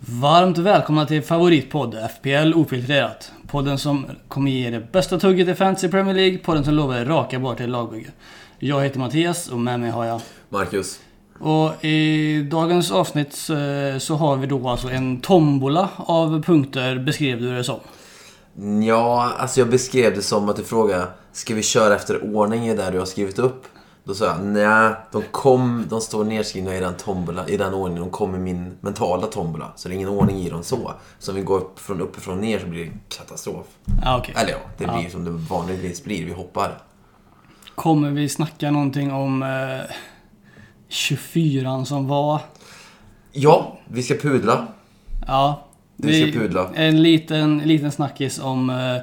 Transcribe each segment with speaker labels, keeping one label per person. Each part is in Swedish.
Speaker 1: Varmt välkomna till favoritpodd FPL Ofiltrerat. Podden som kommer ge er det bästa tugget i Fantasy Premier League. Podden som lovar er raka bar till lagbygge. Jag heter Mattias och med mig har jag...
Speaker 2: Marcus.
Speaker 1: Och i dagens avsnitt så- så har vi då alltså en tombola av punkter, beskrev du det som.
Speaker 2: Ja, alltså jag beskrev det som att du frågade Ska vi köra efter ordning i det där du har skrivit upp? Då sa jag nej, de, kom, de står nedskrivna i den tombola, i den ordningen. De kom i min mentala tombola. Så det är ingen ordning i dem så. Så om vi går upp från uppifrån ner så blir det katastrof.
Speaker 1: Ja, okej.
Speaker 2: Eller ja, det blir som det vanligtvis blir. Vi hoppar.
Speaker 1: Kommer vi snacka någonting om eh, 24an som var?
Speaker 2: Ja, vi ska pudla.
Speaker 1: Ja.
Speaker 2: Vi ska pudla.
Speaker 1: En liten, liten snackis om, eh,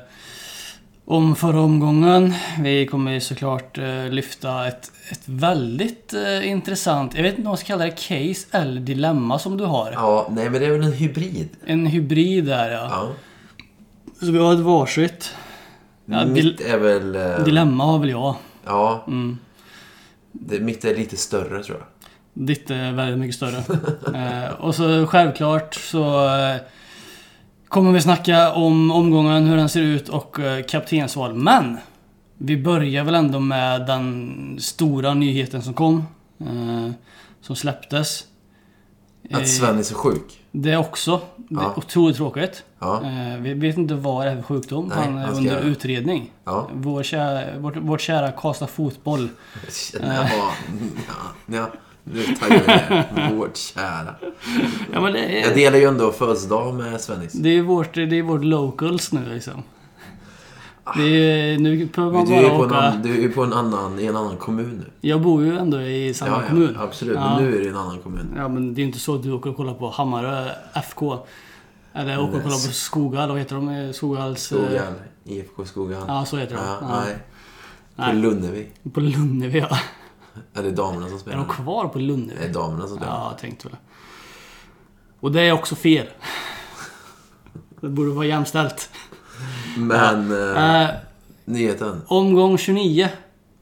Speaker 1: om förra omgången. Vi kommer ju såklart eh, lyfta ett, ett väldigt eh, intressant, jag vet inte om man ska kalla det case eller dilemma som du har.
Speaker 2: Ja, nej men det är väl en hybrid.
Speaker 1: En hybrid där ja.
Speaker 2: Ja.
Speaker 1: Så vi har ett varsitt. Ja,
Speaker 2: Mitt
Speaker 1: dil-
Speaker 2: är väl... eh,
Speaker 1: dilemma har väl jag.
Speaker 2: Ja. Det, mitt är lite större tror jag.
Speaker 1: Ditt är väldigt mycket större. eh, och så självklart så eh, kommer vi snacka om omgången, hur den ser ut och eh, kaptensval. Men! Vi börjar väl ändå med den stora nyheten som kom. Eh, som släpptes. Eh,
Speaker 2: Att Sven är så sjuk.
Speaker 1: Det också. Det är
Speaker 2: Ja.
Speaker 1: otroligt tråkigt.
Speaker 2: Ja.
Speaker 1: Eh, vi vet inte vad det är för sjukdom.
Speaker 2: Nej,
Speaker 1: han är
Speaker 2: han ska-
Speaker 1: under utredning.
Speaker 2: Ja.
Speaker 1: Vår kära, vårt, vårt kära Karlstad Fotboll.
Speaker 2: Ja, ja, ja. Nu tar jag det. Vårt kära.
Speaker 1: Ja, men det är...
Speaker 2: Jag delar ju ändå födelsedag med Svennis.
Speaker 1: Det är vårt, det är vårt locals nu liksom. Det är, nu behöver man
Speaker 2: Du är ju
Speaker 1: bara
Speaker 2: på en,
Speaker 1: åka.
Speaker 2: annan, du är ju på en annan, i en annan kommun nu.
Speaker 1: Jag bor ju ändå i samma
Speaker 2: Ja,
Speaker 1: kommun.
Speaker 2: ja, absolut.
Speaker 1: Ja.
Speaker 2: Men nu är du i en annan kommun.
Speaker 1: Ja men det är ju inte så att du åker och kollar på Hammarö FK. Eller åker och kollar på Skoghall, vad heter de? Skoghalls... eh,
Speaker 2: Skoghall. IFK Skoghall.
Speaker 1: Ja, så heter de.
Speaker 2: Ja,
Speaker 1: Ja.
Speaker 2: Nej. På Lunnevi.
Speaker 1: eh, På Lunnevi ja.
Speaker 2: Är det damerna som
Speaker 1: Är
Speaker 2: spelar?
Speaker 1: de kvar på
Speaker 2: Det
Speaker 1: Lunnevi?
Speaker 2: är damerna som spelar.
Speaker 1: Ja, jag tänkte väl. Och det är också fel. Det borde vara jämställt.
Speaker 2: Men eh,
Speaker 1: Eh,
Speaker 2: nyheten.
Speaker 1: omgång 29.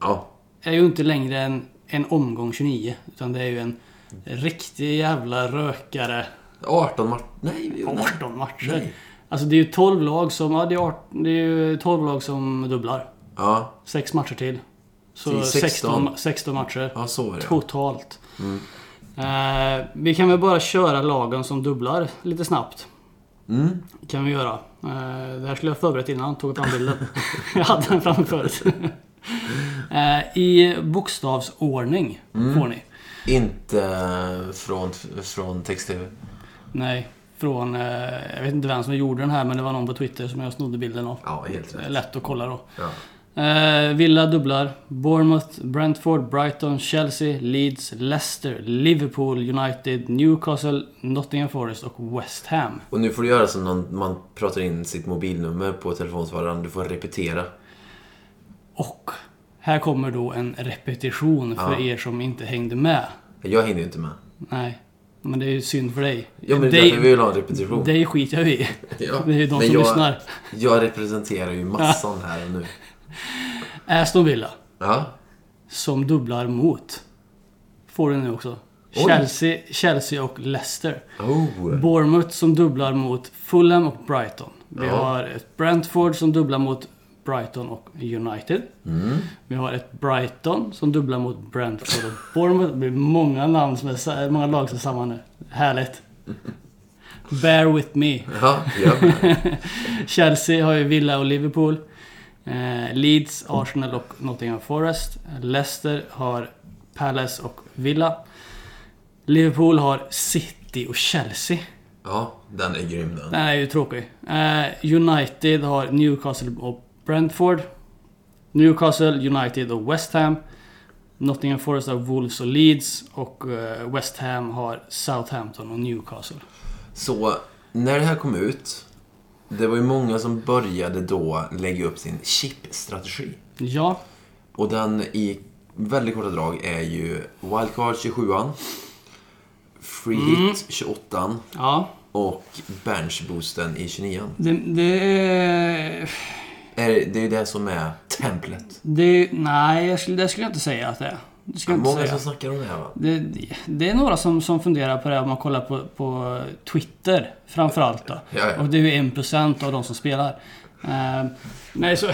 Speaker 2: Ja.
Speaker 1: är ju inte längre en, en omgång 29. Utan det är ju en riktig jävla rökare.
Speaker 2: 18 mars. Nej, vi- nej.
Speaker 1: 18 matcher.
Speaker 2: Nej.
Speaker 1: Alltså det är ju 12 lag som, ja, det, är 18, det är ju 12 lag som dubblar.
Speaker 2: Ja,
Speaker 1: Sex matcher till. Så
Speaker 2: Det är
Speaker 1: 16.
Speaker 2: 16.
Speaker 1: 16, matcher.
Speaker 2: ja Mm. så är det.
Speaker 1: Totalt. Eh, vi kan väl bara köra lagen som dubblar lite snabbt.
Speaker 2: Mm.
Speaker 1: kan vi göra. Eh, Det här skulle jag förberett innan, tog fram bilden. jag hade den framme förut. Eh, I bokstavsordning
Speaker 2: Mm.
Speaker 1: får ni.
Speaker 2: Inte eh, från, från text-tv.
Speaker 1: Nej, från... eh, Jag vet inte vem som gjorde den här, men det var någon på Twitter som jag snodde bilden av.
Speaker 2: Ja, helt
Speaker 1: Det är
Speaker 2: rätt.
Speaker 1: Lätt att kolla då.
Speaker 2: Ja.
Speaker 1: Eh, Villa dubblar. Bournemouth, Brentford, Brighton, Chelsea, Leeds, Leicester, Liverpool, United, Newcastle, Nottingham Forest och West Ham.
Speaker 2: Och nu får du göra som någon, man pratar in sitt mobilnummer på telefonsvararen. Du får repetera.
Speaker 1: Och här kommer då en repetition för
Speaker 2: Ja.
Speaker 1: er som inte hängde med.
Speaker 2: Jag hängde ju inte med.
Speaker 1: Nej, men det är ju synd för dig.
Speaker 2: Ja, men det är
Speaker 1: dig,
Speaker 2: därför vi vill ha en repetition.
Speaker 1: dig skiter jag i.
Speaker 2: ja.
Speaker 1: Det är ju de
Speaker 2: men
Speaker 1: som
Speaker 2: jag,
Speaker 1: lyssnar.
Speaker 2: Jag representerar ju massan här och nu.
Speaker 1: Aston Villa,
Speaker 2: Ja.
Speaker 1: som dubblar mot, får du nu också.
Speaker 2: Oj.
Speaker 1: Chelsea, Chelsea och Leicester.
Speaker 2: Oh.
Speaker 1: Bournemouth som dubblar mot Fulham och Brighton. Vi
Speaker 2: Ja.
Speaker 1: har ett Brentford som dubblar mot Brighton och United.
Speaker 2: Mm.
Speaker 1: Vi har ett Brighton som dubblar mot Brentford och Bournemouth. Det blir många, namn som är, sa- många lag som är samma nu. Härligt. Bear with me.
Speaker 2: Ja, jag med.
Speaker 1: Chelsea har ju Villa och Liverpool. Eh, Leeds, Arsenal och Nottingham Forest. Leicester har Palace och Villa. Liverpool har City och Chelsea.
Speaker 2: Ja, den är grym den.
Speaker 1: Den är ju tråkig. Eh, United har Newcastle och Brentford. Newcastle, United och West Ham. Nottingham Forest har Wolves och Leeds. Och eh, West Ham har Southampton och Newcastle.
Speaker 2: Så, när det här kom ut. Det var ju många som började då lägga upp sin chip-strategi.
Speaker 1: Ja,
Speaker 2: Och den i väldigt korta drag är ju Wildcard 27an, Free
Speaker 1: Mm.
Speaker 2: Hit 28an
Speaker 1: ja.
Speaker 2: och Bench Boosten i 29an.
Speaker 1: Det, det är...
Speaker 2: Är- Det är ju det som är templet.
Speaker 1: Det, nej, jag skulle, det skulle jag inte säga att det är. Det ska
Speaker 2: Det är
Speaker 1: jag inte
Speaker 2: många
Speaker 1: säga.
Speaker 2: som snackar om det här va?
Speaker 1: Det, det är några som, som funderar på det här om man kollar på, på Twitter framförallt då.
Speaker 2: Ja, ja.
Speaker 1: Och det är ju 1% av de som spelar. Eh, nej, så...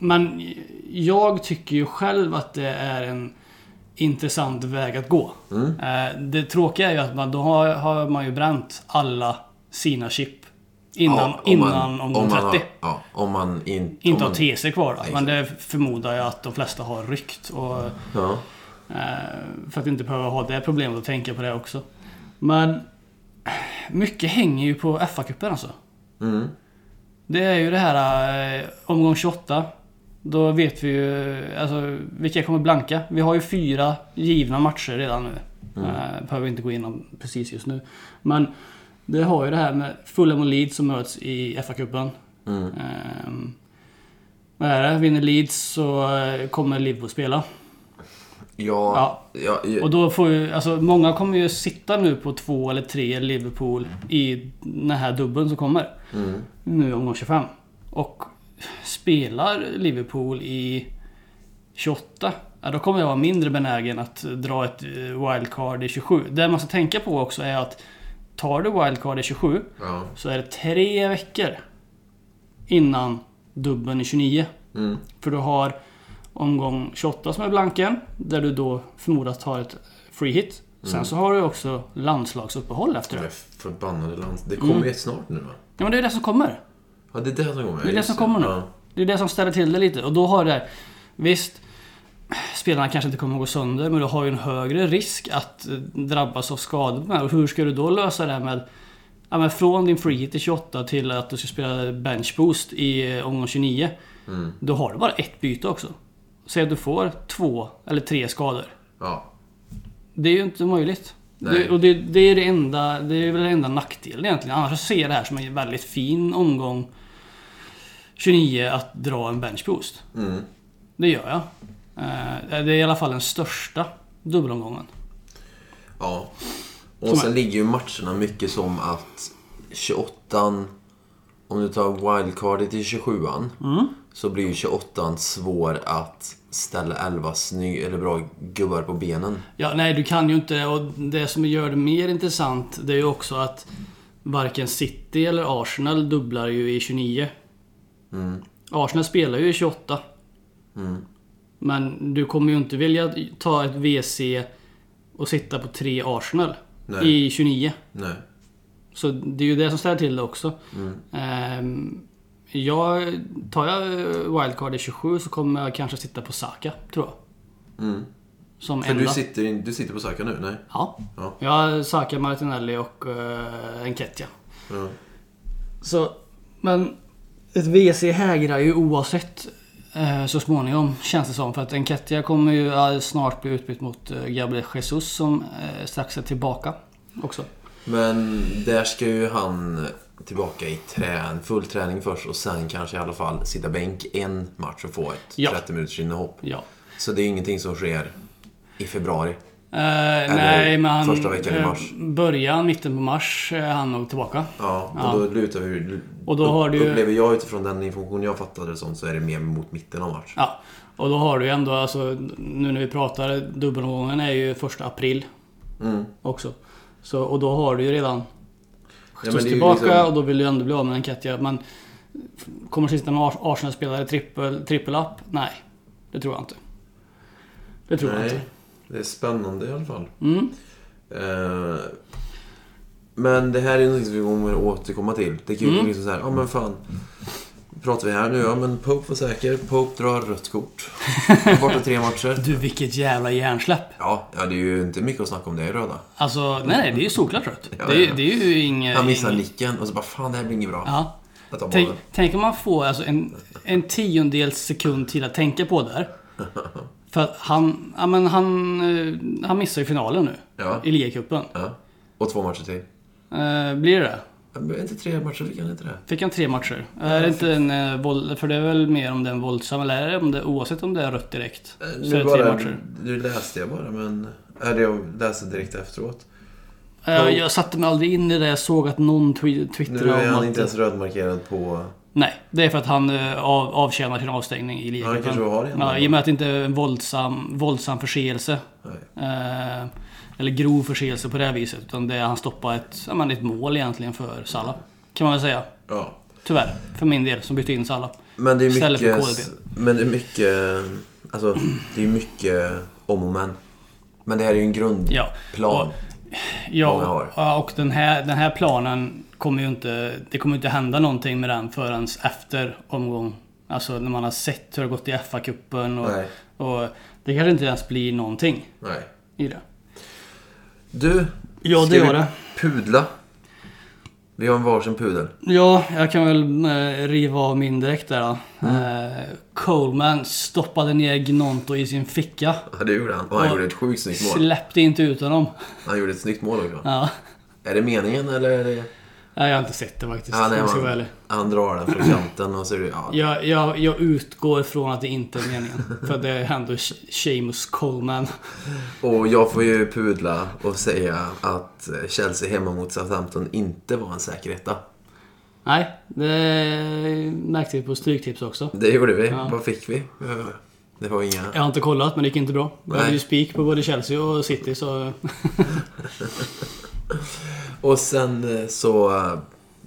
Speaker 1: Men jag tycker ju själv att det är en intressant väg att gå.
Speaker 2: Mm.
Speaker 1: Eh, det tråkiga är ju att man, då har, har man ju bränt alla sina chip innan,
Speaker 2: Ja,
Speaker 1: innan omgång 30.
Speaker 2: man har, ja, om man in,
Speaker 1: Inte
Speaker 2: om
Speaker 1: har
Speaker 2: man,
Speaker 1: TC kvar då,
Speaker 2: Nej,
Speaker 1: men det förmodar jag att de flesta har ryckt. Och,
Speaker 2: Ja.
Speaker 1: Eh, För att inte behöva ha det problemet och tänka på det också. Men mycket hänger ju på FA-cupen alltså.
Speaker 2: Mm.
Speaker 1: Det är ju det här eh, omgång 28. Då vet vi ju alltså, vilka kommer blanka. Vi har ju fyra givna matcher redan nu. Eh, Behöver vi inte gå igenom precis just nu. Men det har ju det här med Fulham och Leeds som möts i FA-cupen.
Speaker 2: Mm.
Speaker 1: Ehm, vad är det? Vinner Leeds så eh, kommer Liverpool spela.
Speaker 2: Ja,
Speaker 1: Ja.
Speaker 2: ja.
Speaker 1: Och då får ju, alltså många kommer ju sitta nu på två eller tre Liverpool i den här dubbeln som kommer.
Speaker 2: Mm.
Speaker 1: Nu i omgång 25. Och spelar Liverpool i 28, ja, då kommer jag vara mindre benägen att dra ett eh, wildcard i 27. Det man ska tänka på också är att tar du wildcard i 27
Speaker 2: ja.
Speaker 1: så är det tre veckor innan dubbeln i 29.
Speaker 2: Mm.
Speaker 1: För du har omgång 28 som är blanken, där du då förmodas tar ett free hit. Sen så har du också landslagsuppehåll efter
Speaker 2: Det
Speaker 1: det.
Speaker 2: där förbannade land. Det kommer
Speaker 1: Mm.
Speaker 2: ju snart nu va?
Speaker 1: Ja, men det är det som kommer.
Speaker 2: Ja, det är det som kommer.
Speaker 1: Det är det som kommer nu.
Speaker 2: Ja.
Speaker 1: Det är det som ställer till det lite. Och då har det... Visst, spelarna kanske inte kommer att gå sönder, men du har ju en högre risk att eh, drabbas av skador med. Och hur ska du då lösa det här med... Ja, men från din free hit i 28 till att du ska spela bench boost i eh, omgång 29.
Speaker 2: Mm.
Speaker 1: Då har du bara ett byte också. Säg att du får två eller tre skador.
Speaker 2: ja.
Speaker 1: Det är ju inte möjligt.
Speaker 2: Nej.
Speaker 1: Det, och det, det är det enda, det är väl den enda nackdelen egentligen. Annars så ser jag det här som en väldigt fin omgång 29 att dra en bench boost.
Speaker 2: Mm.
Speaker 1: Det gör jag. Eh, Det är i alla fall den största dubbelomgången.
Speaker 2: Ja.
Speaker 1: Som
Speaker 2: Och sen ligger ju matcherna mycket som att 28 om du tar wildcardet i 27an
Speaker 1: Mm.
Speaker 2: så blir ju 28an svår att ställa 11 snygg eller bra gubbar på benen.
Speaker 1: Ja, nej, du kan ju inte. Och det som gör det mer intressant det är ju också att varken City eller Arsenal dubblar ju i 29.
Speaker 2: Mm.
Speaker 1: Arsenal spelar ju i 28.
Speaker 2: Mm.
Speaker 1: Men du kommer ju inte vilja ta ett VC och sitta på tre Arsenal
Speaker 2: Nej.
Speaker 1: i 29.
Speaker 2: Nej.
Speaker 1: Så det är ju det som ställer till det också.
Speaker 2: Mm.
Speaker 1: Ehm, jag, tar jag wildcard i 27 så kommer jag kanske sitta på Saka, tror jag.
Speaker 2: Mm.
Speaker 1: Som
Speaker 2: För
Speaker 1: enda.
Speaker 2: du sitter, in- du sitter på Saka nu? Nej.
Speaker 1: Ja.
Speaker 2: Ja.
Speaker 1: Jag har Saka, Martinelli och uh, Enketia.
Speaker 2: Ja.
Speaker 1: Så, men ett VC hägrar ju oavsett eh, så småningom känns det som. För att Enketia kommer ju eh, snart bli utbytt mot eh, Gabriel Jesus som eh, strax är tillbaka också.
Speaker 2: Men där ska ju han tillbaka i trän, full träning först och sen kanske i alla fall sitta bänk en match och få ett
Speaker 1: Ja.
Speaker 2: 30 minuters inhopp.
Speaker 1: Ja.
Speaker 2: Så det är ju ingenting som sker i februari.
Speaker 1: Eh, nej, men han...
Speaker 2: första veckan i
Speaker 1: eh,
Speaker 2: mars.
Speaker 1: Början, mitten på mars eh, är han nog tillbaka.
Speaker 2: Ja, och
Speaker 1: Ja.
Speaker 2: då lutar vi...
Speaker 1: Och då har du-
Speaker 2: Upplever jag utifrån den information jag fattade det som så är det mer mot mitten av match.
Speaker 1: Ja. Och då har du ju ändå, alltså, nu när vi pratar, dubbelomgången är ju första april
Speaker 2: Mm.
Speaker 1: också. Så, och då har du ju redan
Speaker 2: men
Speaker 1: Jesus
Speaker 2: det är ju
Speaker 1: tillbaka
Speaker 2: liksom-
Speaker 1: och då vill du ändå bli av med Enketia. Men kommer sitta med Ars- Arsenal-spelare trippel, trippelapp? Nej, det tror jag inte. Det tror jag inte.
Speaker 2: Nej, det är spännande i alla fall.
Speaker 1: Mm.
Speaker 2: Eh, Men det här är något som vi kommer återkomma till. Det
Speaker 1: Mm.
Speaker 2: kan ju liksom så här, ja men fan. Pratar vi här nu? Ja men Pope var säker. Pope drar rött kort. Borta tre matcher.
Speaker 1: Du, vilket jävla hjärnsläpp.
Speaker 2: Ja, ja, det är ju inte mycket att snacka om det i röda.
Speaker 1: Alltså, nej, nej, det är ju solklart rött.
Speaker 2: Ja,
Speaker 1: det, är-
Speaker 2: ja.
Speaker 1: det är ju inget...
Speaker 2: Han missar nicken och så bara, fan det här blir inget bra.
Speaker 1: Ja.
Speaker 2: Jag tar
Speaker 1: Tänk,
Speaker 2: bollen.
Speaker 1: tänk om man får alltså en, en tiondels sekund till att tänka på där. För att han, ja, men han, eh, han missar ju finalen nu.
Speaker 2: Ja.
Speaker 1: I ligacupen.
Speaker 2: Ja. Och två matcher till.
Speaker 1: Eh, blir det det
Speaker 2: Ja, men inte tre matcher, fick han inte det?
Speaker 1: Fick han tre matcher? är det inte en eh, våld... För det är väl mer om den våldsam, eller är det om det, oavsett om det är rött direkt?
Speaker 2: Eh,
Speaker 1: Så är det tre matcher.
Speaker 2: Nu läste jag bara, men... Eller jag läste direkt efteråt.
Speaker 1: Eh, jag satte mig aldrig in i det, jag såg att någon twi-
Speaker 2: Nu
Speaker 1: twittrade
Speaker 2: är
Speaker 1: om
Speaker 2: han
Speaker 1: att...
Speaker 2: inte ens rödmarkerad på...
Speaker 1: Nej, det är för att han eh, av, avtjänar sin avstängning i ligacupen.
Speaker 2: Ja, han kanske har det.
Speaker 1: Ja, I och med att det inte är en våldsam, våldsam förseelse.
Speaker 2: Nej.
Speaker 1: Eh, eller grov förseelse på det här viset. Utan det är han stoppar ett, ja, men ett mål egentligen för Salah. Kan man väl säga.
Speaker 2: Ja.
Speaker 1: Tyvärr, för min del, som bytte in Salah.
Speaker 2: Men det är
Speaker 1: Istället för
Speaker 2: mycket...
Speaker 1: KDB.
Speaker 2: Men det är mycket... Alltså, det är mycket om och men. Men det här är ju en grundplan.
Speaker 1: Ja. Och, ja,
Speaker 2: Många år.
Speaker 1: ja, och den här, den här planen kommer ju inte... Det kommer inte hända någonting med den förrän efter omgång. Alltså när man har sett hur det har gått i FA-cupen och,
Speaker 2: Nej.
Speaker 1: och... Det kanske inte ens blir någonting
Speaker 2: Nej.
Speaker 1: i det.
Speaker 2: Du,
Speaker 1: Ja,
Speaker 2: ska
Speaker 1: det
Speaker 2: vi
Speaker 1: gör det.
Speaker 2: pudla? Vi har en varsin pudel.
Speaker 1: Ja, jag kan väl eh, riva av min direkt där då.
Speaker 2: Mm.
Speaker 1: Eh, Coleman stoppade ner Gnonto i sin ficka.
Speaker 2: Ja, det gjorde han. Och han
Speaker 1: Ja.
Speaker 2: gjorde ett sjukt snyggt mål.
Speaker 1: Släppte inte ut honom.
Speaker 2: Han gjorde ett snyggt mål också.
Speaker 1: Ja.
Speaker 2: Är det meningen eller? Är det...
Speaker 1: Nej, jag har inte sett det faktiskt.
Speaker 2: Ja,
Speaker 1: om
Speaker 2: nej,
Speaker 1: jag ska vara
Speaker 2: man,
Speaker 1: ärlig.
Speaker 2: han drar den från kanten och så är det... Ja,
Speaker 1: Jag, jag, jag utgår från att det inte är meningen. För det är ändå Sh- Seamus Coleman.
Speaker 2: Och jag får ju pudla och säga att Chelsea hemma mot Southampton inte var en säker etta.
Speaker 1: Nej, det märkte vi på Stryktips också.
Speaker 2: Det gjorde vi. Vad fick vi? Det var inga...
Speaker 1: Jag har inte kollat, men det gick inte bra. Vi
Speaker 2: Nej.
Speaker 1: hade ju spik på både Chelsea och City, så...
Speaker 2: Och sen eh, så... eh,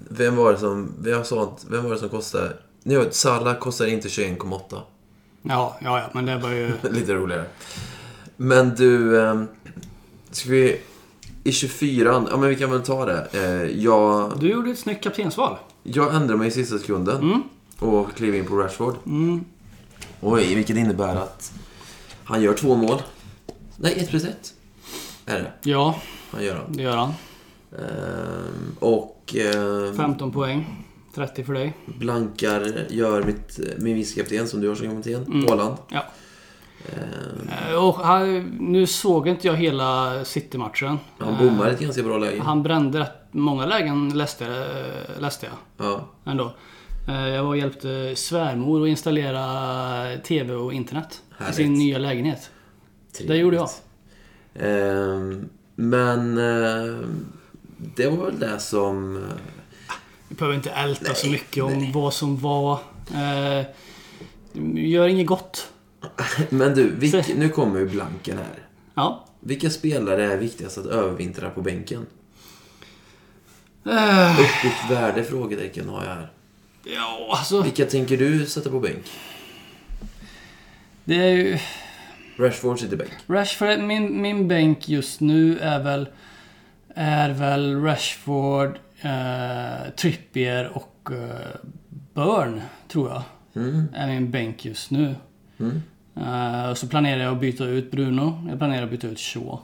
Speaker 2: Vem var det som... Jag sa att... Vem var det som kostade... Ni vet, Salah kostar inte 21,8.
Speaker 1: Ja, ja, ja, men det var ju...
Speaker 2: Lite roligare. Men du... eh, Ska vi... I 24 Ja men vi kan väl ta det. Eh, Jag,
Speaker 1: Du gjorde ett snyggt kaptensval.
Speaker 2: jag ändrade mig i sista sekunden.
Speaker 1: Mm.
Speaker 2: Och klev in på Rashford. Oj, vilket innebär att han gör två mål. Nej, ett plus ett. Är det.
Speaker 1: Ja,
Speaker 2: Han gör han.
Speaker 1: det gör han.
Speaker 2: Ehm, och ehm,
Speaker 1: 15 poäng. 30 för dig.
Speaker 2: blankar gör mitt, min vicekapten som du har som kapten,
Speaker 1: Mm.
Speaker 2: Haaland.
Speaker 1: Ja.
Speaker 2: Ehm,
Speaker 1: Eh, Och han, nu såg inte jag hela City-matchen.
Speaker 2: han bommar ett ganska bra läge.
Speaker 1: Han brände rätt många lägen, läste, eh, läste jag.
Speaker 2: Ja.
Speaker 1: ändå. Eh, Jag var och hjälpte svärmor att installera TV och internet
Speaker 2: Härligt.
Speaker 1: i sin nya lägenhet. Det gjorde jag.
Speaker 2: Ehm, men ehm, det var väl det som... eh,
Speaker 1: Vi behöver inte älta så mycket om vad som var. Eh, Gör inget gott.
Speaker 2: Men du, vilk, nu kommer ju blanken här.
Speaker 1: Ja.
Speaker 2: Vilka spelare är viktigast att övervintra på bänken?
Speaker 1: Eh,
Speaker 2: Uppbyggt värde? Frågetecken har jag här.
Speaker 1: Ja, alltså.
Speaker 2: Vilka tänker du sätta på bänk?
Speaker 1: Det är ju...
Speaker 2: Rashford sitter bänk.
Speaker 1: Rashford, min, min bänk just nu är väl... Är väl Rashford, eh, Trippier och eh, Burn, tror jag.
Speaker 2: Mm.
Speaker 1: Är min bänk just nu.
Speaker 2: Mm.
Speaker 1: Eh, och så planerar jag att byta ut Bruno. Jag planerar att byta ut Shaw.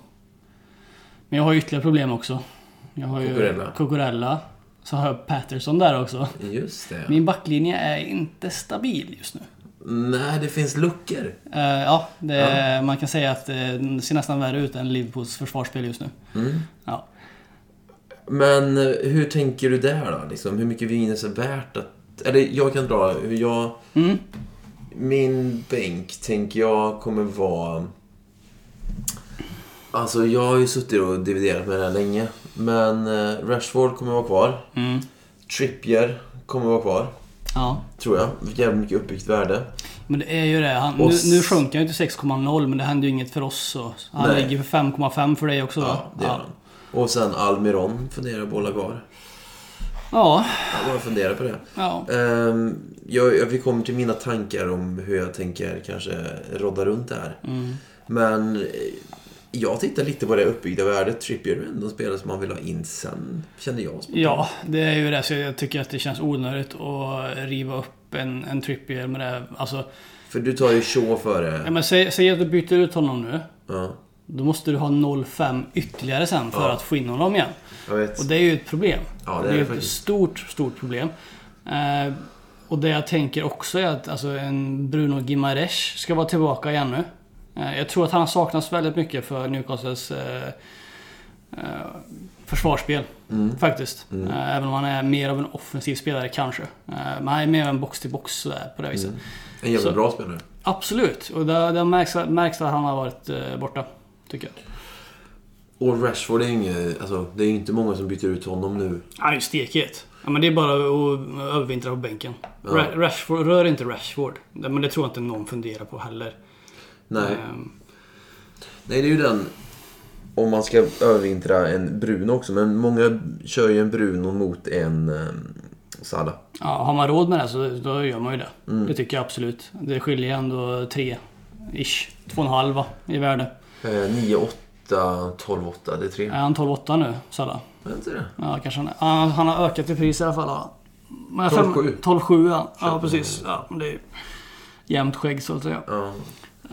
Speaker 1: Men jag har ju ytterligare problem också. Jag har ju
Speaker 2: Cucurella.
Speaker 1: Cucurella. Så har jag Patterson där också.
Speaker 2: Just det.
Speaker 1: Min backlinje är inte stabil just nu.
Speaker 2: Nej, det finns luckor.
Speaker 1: Eh, ja, det, man kan säga att eh, det ser nästan värre ut än Liverpools försvarsspel just nu.
Speaker 2: Mm.
Speaker 1: Ja.
Speaker 2: Men eh, hur tänker du där då? Liksom, hur mycket Vinus är värt att... Eller jag kan dra hur jag...
Speaker 1: Mm.
Speaker 2: Min bänk tänker jag kommer vara... Alltså jag har ju suttit och dividerat med det här länge. Men eh, Rashford kommer vara kvar.
Speaker 1: Mm.
Speaker 2: Trippier kommer vara kvar.
Speaker 1: Ja.
Speaker 2: Tror jag. Jävligt mycket uppbyggt värde.
Speaker 1: Men det är ju det. Han, nu,
Speaker 2: Och s-
Speaker 1: nu sjönk han ju till 6,0 men det hände ju inget för oss. Så. Han
Speaker 2: Nej.
Speaker 1: ligger för 5,5 för dig också va?
Speaker 2: Ja, det gör han. Och sen Almiron funderar jag på att hålla kvar.
Speaker 1: Ja.
Speaker 2: Jag bara funderar på det.
Speaker 1: ja.
Speaker 2: Ehm, jag, jag, vi kommer till mina tankar om hur jag tänker kanske rodda runt det här.
Speaker 1: Mm.
Speaker 2: Men eh, jag tittar lite på det uppbyggda värdet. Trippier är ändå en spelare som man vill ha in sen, kände jag. spontant.
Speaker 1: Ja, det är ju det. Så jag tycker att det känns onödigt att riva upp en, en trippier med det. här. Alltså,
Speaker 2: För du tar ju Shaw
Speaker 1: ja,
Speaker 2: före.
Speaker 1: men säg, säg att du byter ut honom nu.
Speaker 2: Ja,
Speaker 1: Då måste du ha 0,5 ytterligare sen för
Speaker 2: Ja.
Speaker 1: att få in honom igen.
Speaker 2: jag vet.
Speaker 1: Och det är ju ett problem.
Speaker 2: Ja, det är
Speaker 1: är
Speaker 2: det
Speaker 1: ju ett
Speaker 2: faktiskt.
Speaker 1: stort, stort problem. Eh, och det jag tänker också är att alltså, en Bruno Gimares ska vara tillbaka igen nu. Eh, jag tror att han har saknats väldigt mycket för Newcastles eh, eh, försvarsspel.
Speaker 2: Mm.
Speaker 1: Faktiskt. Eh, även om han är mer av en offensiv spelare kanske. Eh, men han är mer av en box-till-box sådär, på det viset.
Speaker 2: Mm. En jävligt
Speaker 1: så-
Speaker 2: bra spelare.
Speaker 1: Absolut. Och det, det märks, märks att han har varit eh, borta. Tycker jag.
Speaker 2: Och Rashford är ju inget, alltså, det är ju inte många som byter ut honom nu.
Speaker 1: Han är ju stekhet. Ja, men det är bara att övervintra på bänken. Ra- Rashford, rör inte Rashford. Nej, Men det tror jag inte någon funderar på heller.
Speaker 2: Nej.
Speaker 1: Ehm,
Speaker 2: Nej, det är ju den... Om man ska övervintra en Bruno också, men många kör ju en Bruno mot en um, Salah.
Speaker 1: Ja, har man råd med det så då gör man ju det. Det tycker jag absolut. Det skiljer ändå tre ish. Två och en halv va, i värde.
Speaker 2: Eh, 9, 8, 12, 8. Det är tre.
Speaker 1: Är han 12,8 nu, Salah?
Speaker 2: Är inte det?
Speaker 1: Ja, kanske han är. Han, han har ökat i pris i alla fall. ja. Men jag
Speaker 2: 12,7.
Speaker 1: fem- 12,7 ja. ja, precis. Ja, men det är ju jämnt skägg så att säga.
Speaker 2: Ja.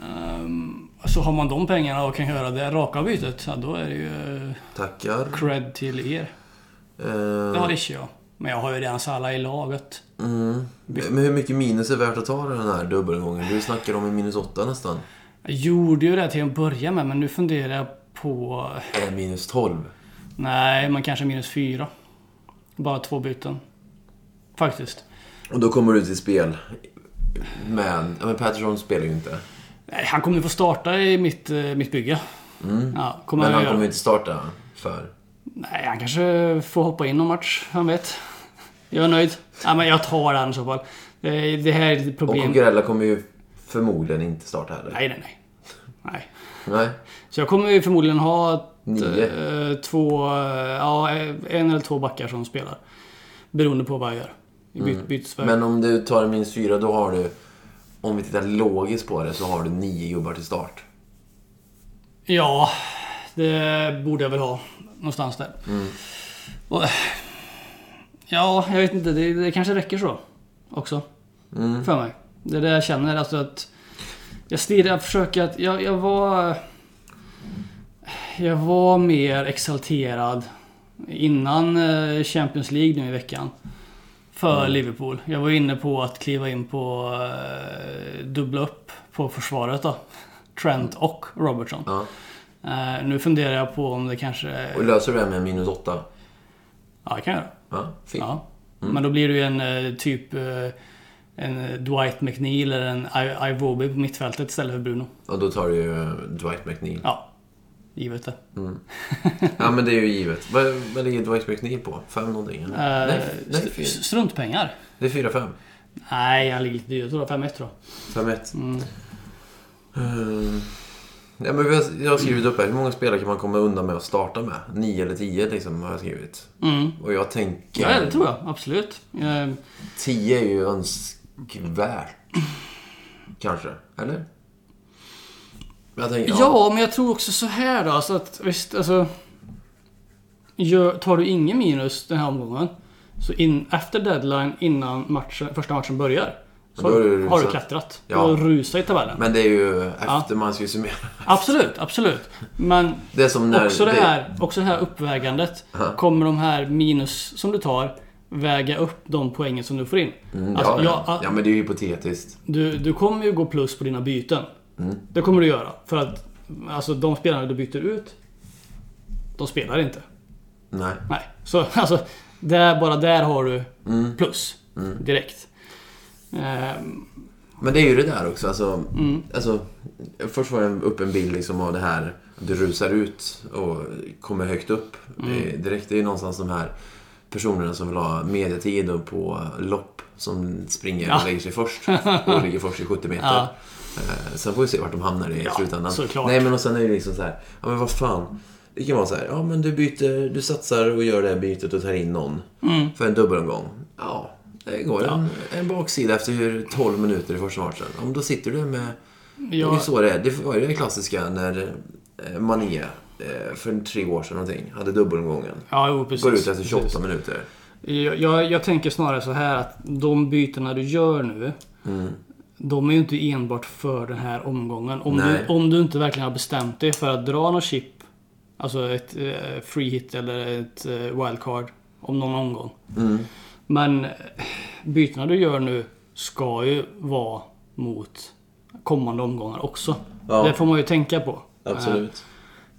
Speaker 1: Ehm, så har man de pengarna och kan göra det raka bytet, ja, då är det ju eh,
Speaker 2: Tackar.
Speaker 1: cred till er. Det
Speaker 2: Eh,
Speaker 1: har inte jag. Men jag har ju redan Salah i laget.
Speaker 2: mm. Men hur mycket minus är värt att ta den här dubbelgången? Du snackar om en minus 8 nästan.
Speaker 1: Jag gjorde ju det till en början med, men nu funderar jag på...
Speaker 2: En Eh, minus 12.
Speaker 1: Nej, men kanske minus fyra. Bara två byten. Faktiskt.
Speaker 2: Och då kommer du till spel. Men, ja, men Patterson spelar ju inte.
Speaker 1: Nej, han kommer ju få starta i mitt, eh, mitt bygge. Ja, kommer
Speaker 2: Mm. Men
Speaker 1: han
Speaker 2: han
Speaker 1: göra.
Speaker 2: kommer ju inte starta för...
Speaker 1: Nej, han kanske får hoppa in någon match. Vem vet? Jag är nöjd. Ja, men jag tar han i så fall. Eh, Det här är ett
Speaker 2: Och
Speaker 1: problem.
Speaker 2: Cucurella kommer ju förmodligen inte starta heller.
Speaker 1: Nej, nej, nej. Nej.
Speaker 2: Nej.
Speaker 1: Så jag kommer ju förmodligen ha ett,
Speaker 2: Nio.
Speaker 1: eh, två, eh, ja, en eller två backar som spelar. Beroende på vad jag gör. I byt, bytesvärde.
Speaker 2: Mm. Men om du tar en minus 4, då har du... Om vi tittar logiskt på det så har du nio gubbar till start.
Speaker 1: Ja, det borde jag väl ha. Någonstans där. Och, ja, jag vet inte. Det, det kanske räcker så. Också. För mig. Det är det jag känner. Alltså att jag stirrar, jag försöker att... Jag, jag var... Jag var mer exalterad innan eh, Champions League nu i veckan. För Liverpool. Jag var inne på att kliva in på... eh, Dubbla upp på försvaret då. Trent och Robertson.
Speaker 2: Ja.
Speaker 1: Eh, nu funderar jag på om det kanske...
Speaker 2: Och löser du det här med en minus 8?
Speaker 1: Ja, det kan jag göra.
Speaker 2: Ja, fint.
Speaker 1: Ja. Men då blir det ju en eh, typ... eh, En eh, Dwight McNeil eller en I- Ivobi på mittfältet istället för Bruno.
Speaker 2: Och då tar du ju Dwight McNeil. Ja,
Speaker 1: Ja. Givet det.
Speaker 2: men det är ju givet. Vad, vad ligger Dwight McNeil på? Fem någonting? eller?
Speaker 1: Eh,
Speaker 2: nej, nej,
Speaker 1: str-
Speaker 2: fyra.
Speaker 1: struntpengar.
Speaker 2: Det är 4-5.
Speaker 1: Nej, han ligger lite dyrt. Jag tror det var 5-1 tror jag.
Speaker 2: 5-1.
Speaker 1: Mm.
Speaker 2: Ehm, Ja, men vi har- jag har skrivit upp här, hur många spelare kan man komma undan med att starta med? 9 eller 10 liksom, har jag skrivit.
Speaker 1: Mm.
Speaker 2: Och jag tänker...
Speaker 1: Ja, det tror jag. Absolut. Eh,
Speaker 2: 10 är ju önskvärt. Kanske. Eller? Jag tänker,
Speaker 1: Ja. men jag tror också så här då. Alltså att, visst, alltså, gör, tar du ingen minus den här omgången, så in, efter deadline, innan matchen, första matchen börjar, så
Speaker 2: Då är det
Speaker 1: har du
Speaker 2: rusat.
Speaker 1: klättrat.
Speaker 2: Ja.
Speaker 1: Ja. Du rusar i tabellen.
Speaker 2: Men det är ju efter man ska ju summera.
Speaker 1: Absolut, absolut. Men
Speaker 2: Det är som när...
Speaker 1: också, det här, också det här uppvägandet. Kommer de här minus som du tar väga upp de poängen som du får in?
Speaker 2: Mm,
Speaker 1: Alltså,
Speaker 2: ja,
Speaker 1: jag-
Speaker 2: ja. ja, men det är ju hypotetiskt.
Speaker 1: Du, du kommer ju gå plus på dina byten.
Speaker 2: Mm.
Speaker 1: Det kommer du göra. För att alltså, de spelarna du byter ut, de spelar inte.
Speaker 2: Nej.
Speaker 1: Nej. Så alltså, där, bara där har du
Speaker 2: Mm.
Speaker 1: plus. Direkt. Ehm,
Speaker 2: Men det är ju det där också. Alltså,
Speaker 1: Mm.
Speaker 2: alltså, först var det upp en bild liksom av det här du rusar ut och kommer högt upp
Speaker 1: Mm.
Speaker 2: eh, direkt. Det är ju någonstans de här personerna som vill ha mediatid och på lopp som springer och lägger sig först och ligger först i 70 meter.
Speaker 1: Ja.
Speaker 2: Eh, Sen får vi se vart de hamnar i
Speaker 1: Ja,
Speaker 2: slutändan.
Speaker 1: såklart.
Speaker 2: Nej, men och sen är det liksom så här, ja men vad fan. Det kan vara så här, ja men du byter, du satsar och gör det här bytet och tar in någon
Speaker 1: Mm.
Speaker 2: för en dubbelomgång. Ja, det går en, en baksida efter 12 minuter i första matchen. Ja, men då sitter du med, det är ju
Speaker 1: jag,
Speaker 2: så det är. Det var ju det klassiska när eh, Mané eh, för tre år sedan någonting hade dubbelomgången.
Speaker 1: ja, jo, precis.
Speaker 2: Går ut efter 28 minuter.
Speaker 1: Jag, jag, jag tänker snarare så här att de bytena du gör nu.
Speaker 2: Mm.
Speaker 1: De är ju inte enbart för den här omgången. Om,
Speaker 2: Nej.
Speaker 1: du, om du inte verkligen har bestämt dig för att dra något chip. Alltså ett eh, free hit eller ett eh, wildcard. Om någon omgång.
Speaker 2: Mm.
Speaker 1: Men eh, bytena du gör nu ska ju vara mot kommande omgångar också.
Speaker 2: Ja.
Speaker 1: Det får man ju tänka på. Eh,
Speaker 2: Absolut.